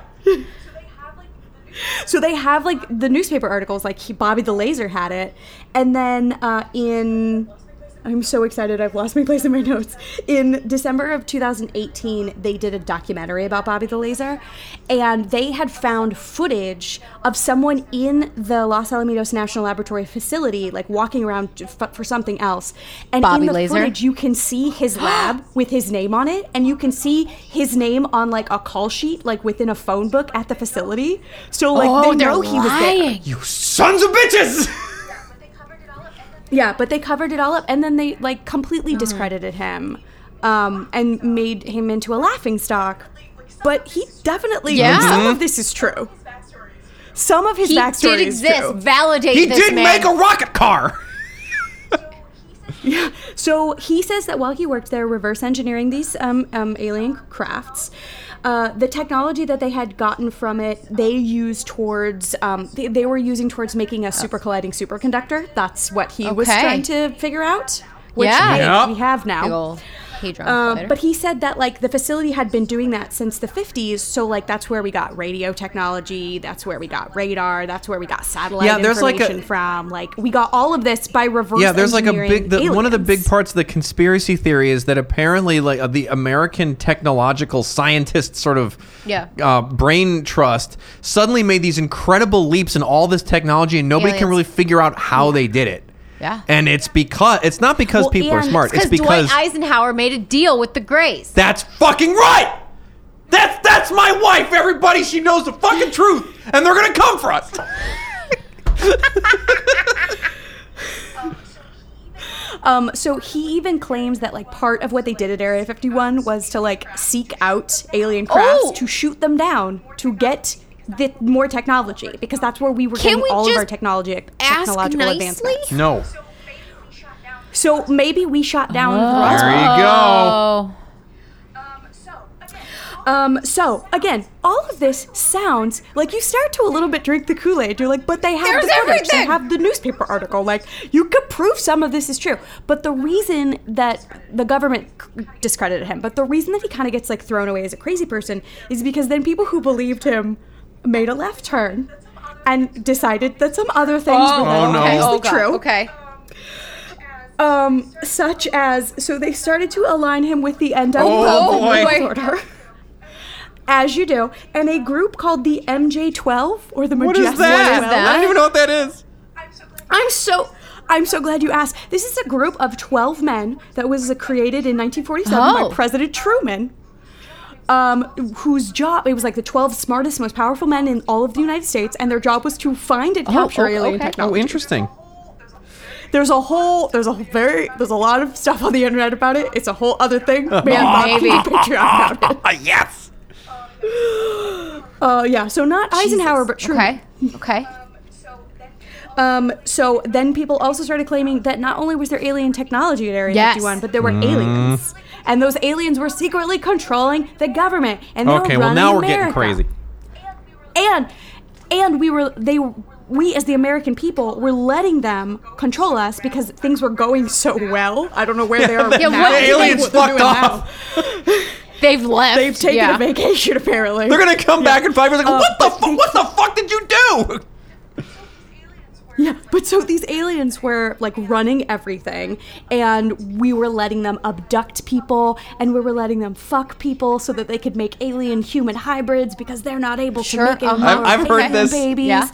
D: So they have like the newspaper articles, like he, Bobby the Laser had it, and then uh, in I'm so excited I've lost my place in my notes. In December of 2018, they did a documentary about Bobby the Laser, and they had found footage of someone in the Los Alamitos National Laboratory facility, like walking around to- f- for something else. And
C: Bobby
D: in the
C: Laser?
D: footage, you can see his lab with his name on it, and you can see his name on like a call sheet, like within a phone book at the facility. So like
C: oh,
D: they
C: they're
D: know
C: lying.
D: he was there.
B: You sons of bitches.
E: But they covered it all up. And then
D: Yeah, but they covered it all up, and then they
C: Oh.
D: like completely discredited him, um, and made him into a laughing stock but he definitely
C: Yeah.
D: some of this is true. Some of his
C: He
D: backstory
C: did exist.
D: is true.
C: Validate
B: He
C: this
B: did
C: man.
B: make a rocket car.
D: So he says that while he worked there reverse engineering these um, um, alien crafts, uh, the technology that they had gotten from it, they used towards, um, they, they were using towards making a super colliding superconductor. That's what he was
C: Okay.
D: trying to figure out, which
C: Yeah.
D: we,
B: Yep.
D: we have now.
C: Big ol' Hadron
D: Um,
C: collider.
D: but he said that like the facility had been doing that since the 50s, so like that's where we got radio technology, that's where we got radar, that's where we got satellite
B: Yeah, there's like a-
D: information from. Like we got all of this by reverse.
B: yeah there's like a
D: engineering
B: big the, one of the big
D: aliens.
B: parts of the conspiracy theory is that apparently like uh, the american technological scientist sort of
C: Yeah.
B: uh, brain trust suddenly made these incredible leaps in all this technology and nobody can
C: Aliens.
B: really figure out how they did it
C: Yeah.
B: and it's because it's not because
D: Well,
B: people are
D: and
B: smart
C: because
B: it's because
C: Dwight Eisenhower made a deal with the Greys.
B: that's fucking right that's that's my wife everybody she knows the fucking truth and they're gonna come for us
D: Um, so he even claims that like part of what they did at Area 51 was to like seek out alien crafts
C: Oh!
D: to shoot them down to get the more technology because that's where we were
C: Can
D: getting
C: we
D: all of our
C: just
D: technology
C: ask
D: technological
C: nicely?
D: advancements.
B: no
D: So maybe we shot down the Roswell
B: there you go
C: Oh,
D: Um, so again, all of this sounds like you start to a little bit drink the Kool Aid. You're like, but they have
C: There's
D: the footage, they
C: everything!
D: have the newspaper article. Like you could prove some of this is true. But the reason that the government c- discredited him, but the reason that he kind of gets like thrown away as a crazy person is because then people who believed him made a left turn and decided that some other things were
B: Oh, no.
D: obviously
C: Oh, God.
D: true
C: Okay.
D: um, such as so they started to align him with the NWO
B: Oh,
D: the New
C: boy.
D: World order, as you do, and a group called the MJ12 or the
B: what
D: Majestic
B: is that?
C: What is that?
B: i don't even know what that is
D: I'm so. I'm so glad you asked. This is a group of 12 men that was uh, created in 1947
C: Oh.
D: by President Truman, um, whose job, it was like the 12 smartest, most powerful men in all of the United States, and their job was to find and capture
C: oh,
D: alien
C: okay.
B: oh
D: technology.
B: interesting
D: There's a whole, there's a very, there's a lot of stuff on the internet about it. It's a whole other thing. Maybe Bob can
C: maybe.
D: do a Patreon about it.
B: yes
D: Uh, yeah. So not Eisenhower, but Truman.
C: Okay. Okay.
D: Um, so then people also started claiming that not only was there alien technology at Area
C: Yes.
D: 51, but there were
B: Mm.
D: aliens, and those aliens were secretly controlling the government, and they
B: okay
D: were
B: well
D: running
B: now we're
D: America.
B: getting crazy
D: and and we were they we as the American people were letting them control us because things were going so well. I don't know where they are.
C: Yeah,
D: now.
C: what The did they-
B: aliens
D: what they're
B: fucked
D: doing
B: off.
C: They've left.
D: They've taken
C: yeah.
D: a vacation apparently.
B: They're gonna come back in five years. Like,
D: Uh,
B: what the fu- what the fuck did you do?
D: Yeah, but so these aliens were like running everything, and we were letting them abduct people, and we were letting them fuck people so that they could make alien human hybrids because they're not able
C: Sure,
D: to make
C: uh-huh.
D: any
C: I've-
D: more
B: I've heard
D: alien
B: this.
D: babies.
C: Yeah.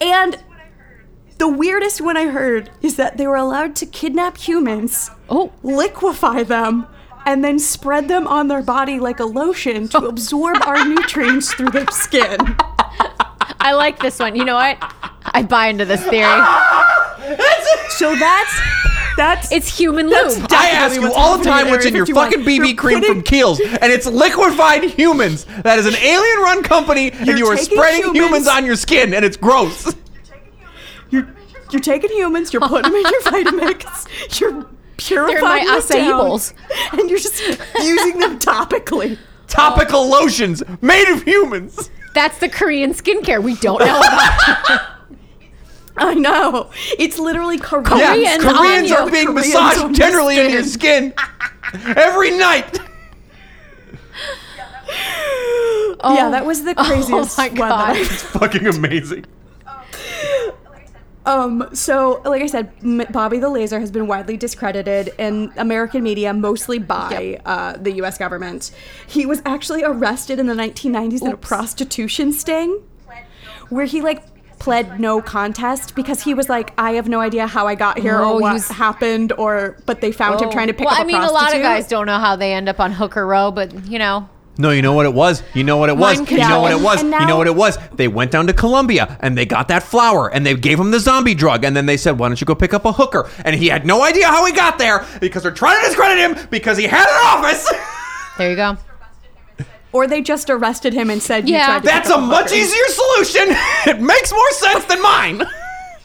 D: And the weirdest one I heard is that they were allowed to kidnap humans,
C: Oh.
D: liquefy them, and then spread them on their body like a lotion to absorb our nutrients through their skin.
C: I like this one. You know what? I buy into this theory.
D: So that's that's
C: It's human
D: That's
C: lube.
D: di-
B: I ask you
D: what's
B: all the
D: happening
B: time
D: in
B: what's
D: Area
B: in your
D: 51.
B: fucking BB
D: You're
B: cream from
D: putting-
B: Kiehl's, and it's liquefied humans. That is an alien-run company, and you are
D: taking
B: spreading humans.
D: humans-
B: on your skin, and it's gross.
D: You're you're taking humans, you're putting them in your Vitamix, you're purifying
C: my
D: them down,
C: acai-bowls.
D: and you're just using them topically.
B: Topical lotions made of humans.
C: That's the Korean skincare we don't know about.
D: I know. It's literally Korean.
B: Yeah,
C: Koreans on
B: Koreans
C: you.
B: are being
D: Koreans on
B: massaged
D: your
B: generally in your skin every night.
D: yeah, that was the craziest
C: Oh, my
D: one that I
C: God.
B: Fucking amazing.
D: Um, so, like I said, M- Bobby the Laser has been widely discredited in American media, mostly by uh, the U.S. government. He was actually arrested in the 1990s in a prostitution sting, where he like pled no contest because he was like, I have no idea how I got here
C: Oh,
D: or what
C: he's- Oh.
D: happened, or but they found him trying to pick
C: well,
D: up
C: I mean,
D: a
C: a lot of
D: prostitute.
C: guys don't know how they end up on Hooker Row, but you know,
B: No, you know what it was. You know what it was.
C: Mind
B: You know
C: control.
B: what it was.
D: And
B: you know
D: now-
B: what it was. They went down to Colombia and they got that flower and they gave him the zombie drug and then they said, "Why don't you go pick up a hooker?" And he had no idea how he got there because they're trying to discredit him because he had an office.
C: there you go.
D: Or they just arrested him and said,
C: Yeah.
D: you tried to
B: That's
D: pick
B: a
D: up
B: much
D: hookers.
B: easier solution. it makes more sense than mine.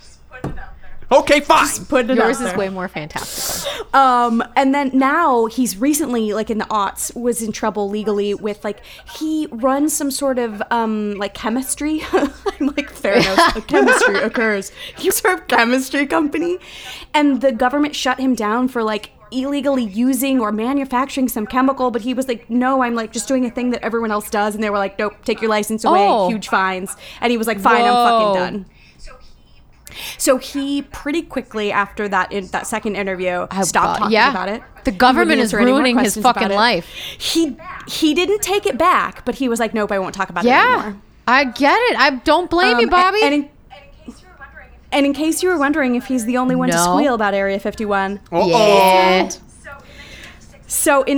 E: Just put it out there.
B: Okay, fine.
D: Put it
C: Yours
D: out
C: is
D: there.
C: way more fantastical.
D: Um, and then now he's recently, like in the aughts, was in trouble legally with like he runs some sort of um like chemistry. I'm like Theranos. chemistry occurs. He was from chemistry company, and the government shut him down for like illegally using or manufacturing some chemical. But he was like, "No, I'm like just doing a thing that everyone else does," and they were like, "Nope, take your license away.
C: Oh.
D: Huge fines." And he was like, "Fine,
C: Whoa.
D: I'm fucking done."
E: So he
D: So he pretty quickly after that in, that second interview
C: I-
D: stopped
C: uh,
D: talking
C: yeah.
D: about it.
C: The government
D: Wouldn't
C: is
D: answer any more
C: ruining his
D: questions about
C: fucking
D: it.
C: life.
D: He he didn't take it back, but he was like, "Nope, I won't talk about it
C: Yeah,
D: anymore."
C: I get it. I don't blame you,
D: Um,
C: Bobby.
D: And in,
E: and in case you were
D: and in case you were wondering
E: wondering if he
D: if he's the only one to
C: No.
D: squeal about Area 51,
C: yeah.
D: Oh.
E: so in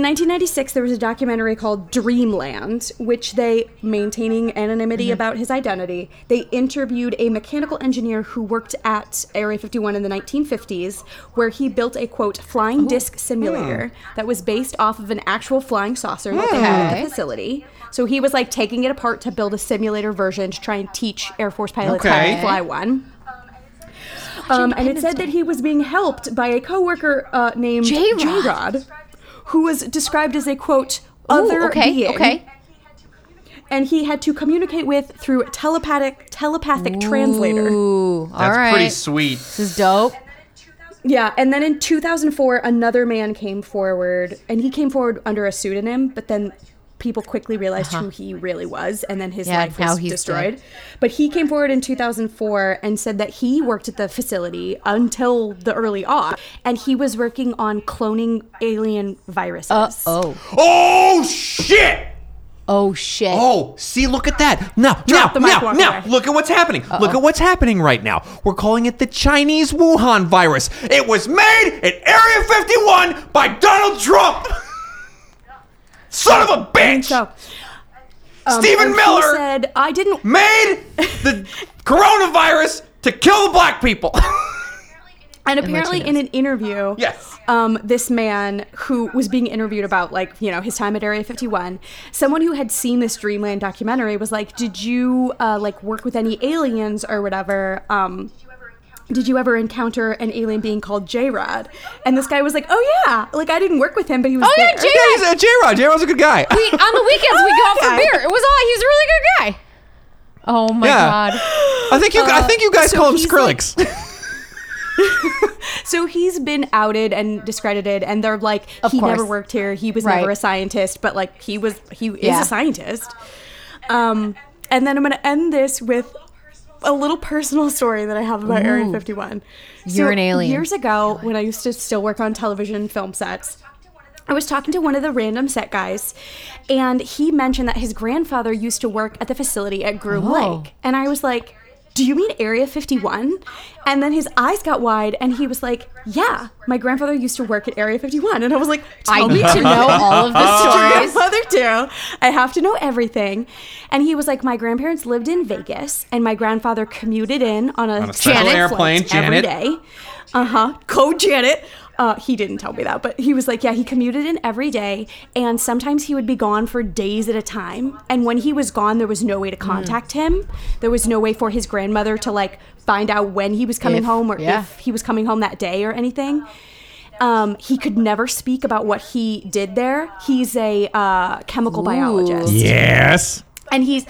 D: So in 1996,
E: 1996
D: there was a documentary called Dreamland, which they, maintaining anonymity about his identity, they interviewed a mechanical engineer who worked at Area 51 in the 1950s, where he built a quote flying disc simulator that was based off of an actual flying saucer that they had at
C: Okay.
D: the facility. So he was like taking it apart to build a simulator version to try and teach Air Force pilots how
B: Okay.
D: to fly one.
E: um, and
D: Um,
E: it said
D: and it said that he was being helped by a coworker uh, named
C: J-Rod.
D: J-Rod, who was described as a quote other
C: Oh, okay,
D: being,
C: okay.
E: and he had to communicate
D: and he had to communicate with through telepathic telepathic translator.
C: Ooh, all
A: That's
C: right.
A: pretty sweet.
C: This is dope.
E: and then in 2000
D: Yeah, and then in 2004, another man came forward, and he came forward under a pseudonym, but then people quickly realized who he really was, and then his
C: Uh-huh. Yeah,
D: life
C: now
D: was
C: he's
D: destroyed.
C: dead.
D: But he came forward in 2004 and said that he worked at the facility until the early aughts, and he was working on cloning alien viruses.
C: Uh oh.
A: Oh shit!
C: Oh shit.
B: Oh, see, look at that. Now,
D: Drop the mic,
B: now, now,
D: walk
B: now.
D: away.
B: Look at what's happening. Look at what's happening right now. We're calling it the Chinese Wuhan virus. It was made at Area 51 by Donald Trump. Son of a bitch.
D: So, um,
B: Stephen
D: and he
B: Miller
D: said, "I didn't."
B: made the coronavirus to kill the black people.
D: And apparently, in an interview,
B: Yes.
D: um, this man who was being interviewed about like you know his time at Area 51, someone who had seen this Dreamland documentary was like, "Did you uh, like work with any aliens or whatever?" Um,
E: you ever encounter
D: did you ever encounter an alien being called J Rod? And this guy was like, "Oh yeah, like I didn't work with him, but he was
C: Oh, yeah,
D: there."
C: J-
B: yeah, he's a J Rod. J Rod's a good guy.
C: We- on the weekends we go out for
D: Okay.
C: beer. It was all. He's a really good guy. Oh my
B: Yeah.
C: god.
B: I think you. I think you guys
D: uh, so
B: call him
D: he's like-
B: Skrillex.
D: So he's been outed and discredited, and they're like,
C: Of
D: he never
C: course.
D: worked here. He was
C: Right.
D: never a scientist, but like he was, he
C: Yeah.
D: is a scientist. Um, and then I'm gonna end this with a little personal story that I have about Area 51.
C: You're an alien.
D: Years ago, when I used to still work on television and film sets, I was talking to one of the random set guys, and he mentioned that his grandfather used to work at the facility at Groom
C: Whoa.
D: Lake. And I was like, Do you mean Area 51? And then his eyes got wide, and he was like, Yeah, my grandfather used to work at Area 51. And I was like, Tell
C: I
D: me
C: need to know all of
B: Oh.
C: the
D: your
C: stories.
D: grandmother too. I have to know everything. And he was like, my grandparents lived in Vegas, and my grandfather commuted in on a,
B: a special
C: Janet.
B: airplane,
D: flight every
B: Janet.
D: day. Uh huh. Co Janet. Uh, he didn't tell me that, but he was like, yeah, he commuted in every day, and sometimes he would be gone for days at a time. And when he was gone, there was no
C: Mm.
D: way to contact him. There was no way for his grandmother to like find out when he was coming
C: If-
D: home or
C: yeah.
D: if he was coming home that day or anything. Um, he could never speak about what he did there. He's a uh, chemical biologist,
B: Yes.
D: and he's.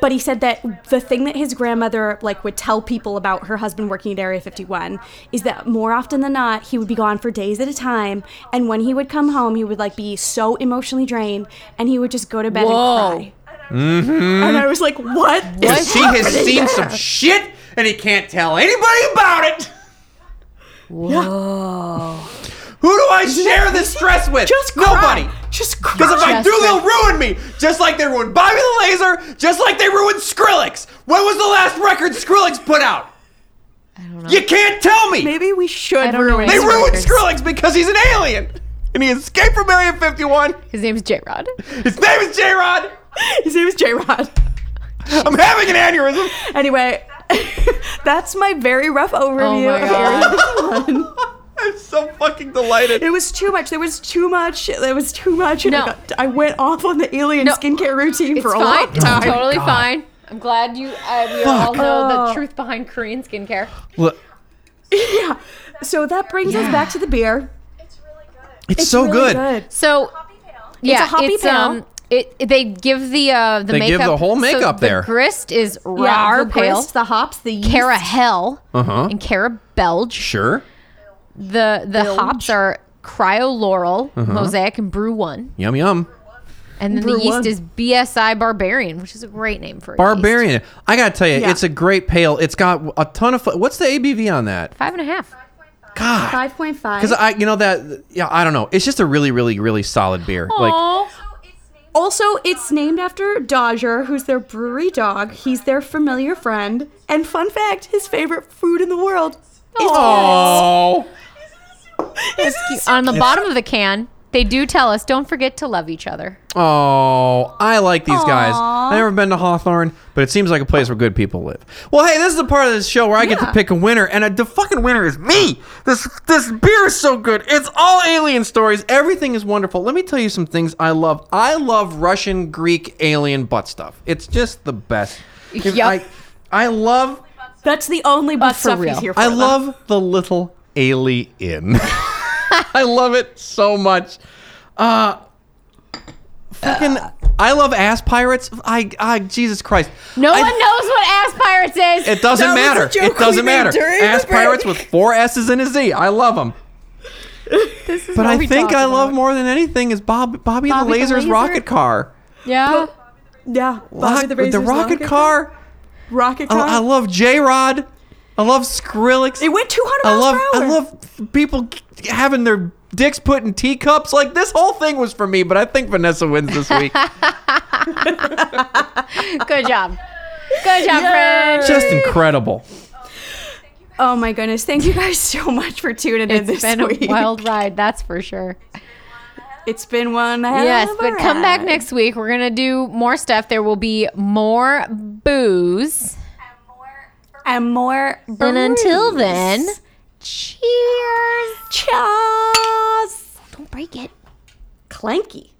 D: But he said that the thing that his grandmother like would tell people about her husband working at Area 51 is that more often than not he would be gone for days at a time, and when he would come home, he would like be so emotionally drained, and he would just go to bed
C: Whoa.
D: and cry. And I was like, Mm-hmm. "What?
C: What?
D: is
B: She has
D: happening
B: seen
D: there?"
B: some shit, and he can't tell anybody about it. Who do I share this stress with?
D: Just cry.
B: nobody.
D: Just cry.
B: Because if I
C: Just
B: do,
C: with-
B: they'll ruin me. Just like they ruined Bobby the Laser. Just like they ruined Skrillex. When was the last record Skrillex put out?
C: I don't know.
B: You can't tell me.
D: Maybe we should
C: I don't know
D: ruin.
C: any
B: they
D: it.
C: Skrillex.
B: ruined Skrillex because he's an alien, and he escaped from Area 51.
C: His name's J Rod.
B: His name is J Rod.
D: His name is J Rod.
B: I'm having an aneurysm.
D: Anyway, that's my very rough
C: Oh
D: overview
C: my
D: of Area
C: god.
D: 51.
A: I'm so fucking delighted.
D: It was too much. There was too much. There was too much. and I,
C: No.
D: got- I went off on the alien
C: No.
D: skincare routine
C: It's
D: for a
C: fine.
D: long time.
C: totally fine. I'm glad you. Uh, we all know the truth behind Korean skincare.
B: Look,
D: yeah. So that brings us back to the beer.
E: It's really good.
B: it's, so
D: really
B: good.
C: So
E: Poppy pale.
C: yeah,
D: hoppy pale.
C: um, it they give the uh the
B: They give
C: makeup.
B: the whole
C: so
B: makeup there.
C: The grist is
D: Yeah,
C: rar
D: the
C: pale.
D: grist, the hops, the yeast.
C: Cara Hell
B: Uh-huh.
C: and Cara Belge.
B: Sure.
C: The the hops are Cryo Laurel,
B: Uh-huh.
C: Mosaic, and Brew One.
B: Yum yum.
C: And then
D: Brew
C: the yeast
D: One.
C: is BSI Barbarian, which is a great name for a yeast.
B: Barbarian. I gotta tell you,
D: Yeah.
B: it's a great pale. It's got a ton of. fl- What's the ABV on that?
C: Five and a half.
B: God.
D: Five point five.
B: Because I, you know that, yeah, I don't know. It's just a really, really, really solid beer. Like,
C: Aw.
E: So it's named
D: Also, it's named after Dodger, who's their brewery dog. He's their familiar friend. And fun fact, his favorite food in the world is
B: oh,
D: That's
C: On the bottom of the can, they do tell us don't forget to love each other.
B: oh, I like these guys.
D: Aw.
B: I've never been to Hawthorne, but it seems like a place where good people live. Well, hey, this is the part of the show where I get to
D: Yeah.
B: pick a winner, and uh the fucking winner is me. This this beer is so good. It's all alien stories. Everything is wonderful. Let me tell you some things I love. I love Russian, Greek, alien butt stuff. It's just the best. If
C: Yep.
B: I, I love
D: That's the only butt stuff
C: real.
D: he's here for.
B: I
D: though.
B: love the little alien. I love it so much. Uh, fucking, I love ass pirates. I, I, Jesus Christ.
C: No
B: I-
C: one knows what ass pirates is.
B: It doesn't
D: That was a
B: matter.
D: joke
B: It doesn't
D: we made
B: matter.
D: during the
B: Ass
D: break.
B: pirates with four S's and a Z. I love them.
C: This is
B: But
C: what
B: I
C: we
B: think
C: talk
B: I
C: about.
B: love more than anything is Bob, Bobby,
C: Bobby
B: the
C: the
B: Laser's
C: Laser?
B: rocket car.
C: Yeah.
D: Yeah. Bobby
B: Rock-
D: Razor's
B: rocket
D: Rocket
B: car.
C: Oh,
D: Rocket
B: I,
D: car.
B: I love J Rod. I love Skrillex.
D: it went 200
B: I
D: miles
B: love
D: per hour.
B: I love people having their dicks put in teacups. Like this whole thing was for me, but I think Vanessa wins this week.
C: Good job. Good job, friend.
B: Just incredible.
D: Oh my goodness. Thank you guys so much for tuning in
C: It's
D: this
C: been
D: week.
C: a wild ride, that's for sure.
D: It's been one hell
C: Yes,
D: of a
C: but come back
D: ride.
C: next week. We're going to do more stuff. There will be more booze.
E: and more
D: And more
C: And until
D: brews.
C: then, cheers.
D: Cheers.
C: Don't break it.
D: Clanky.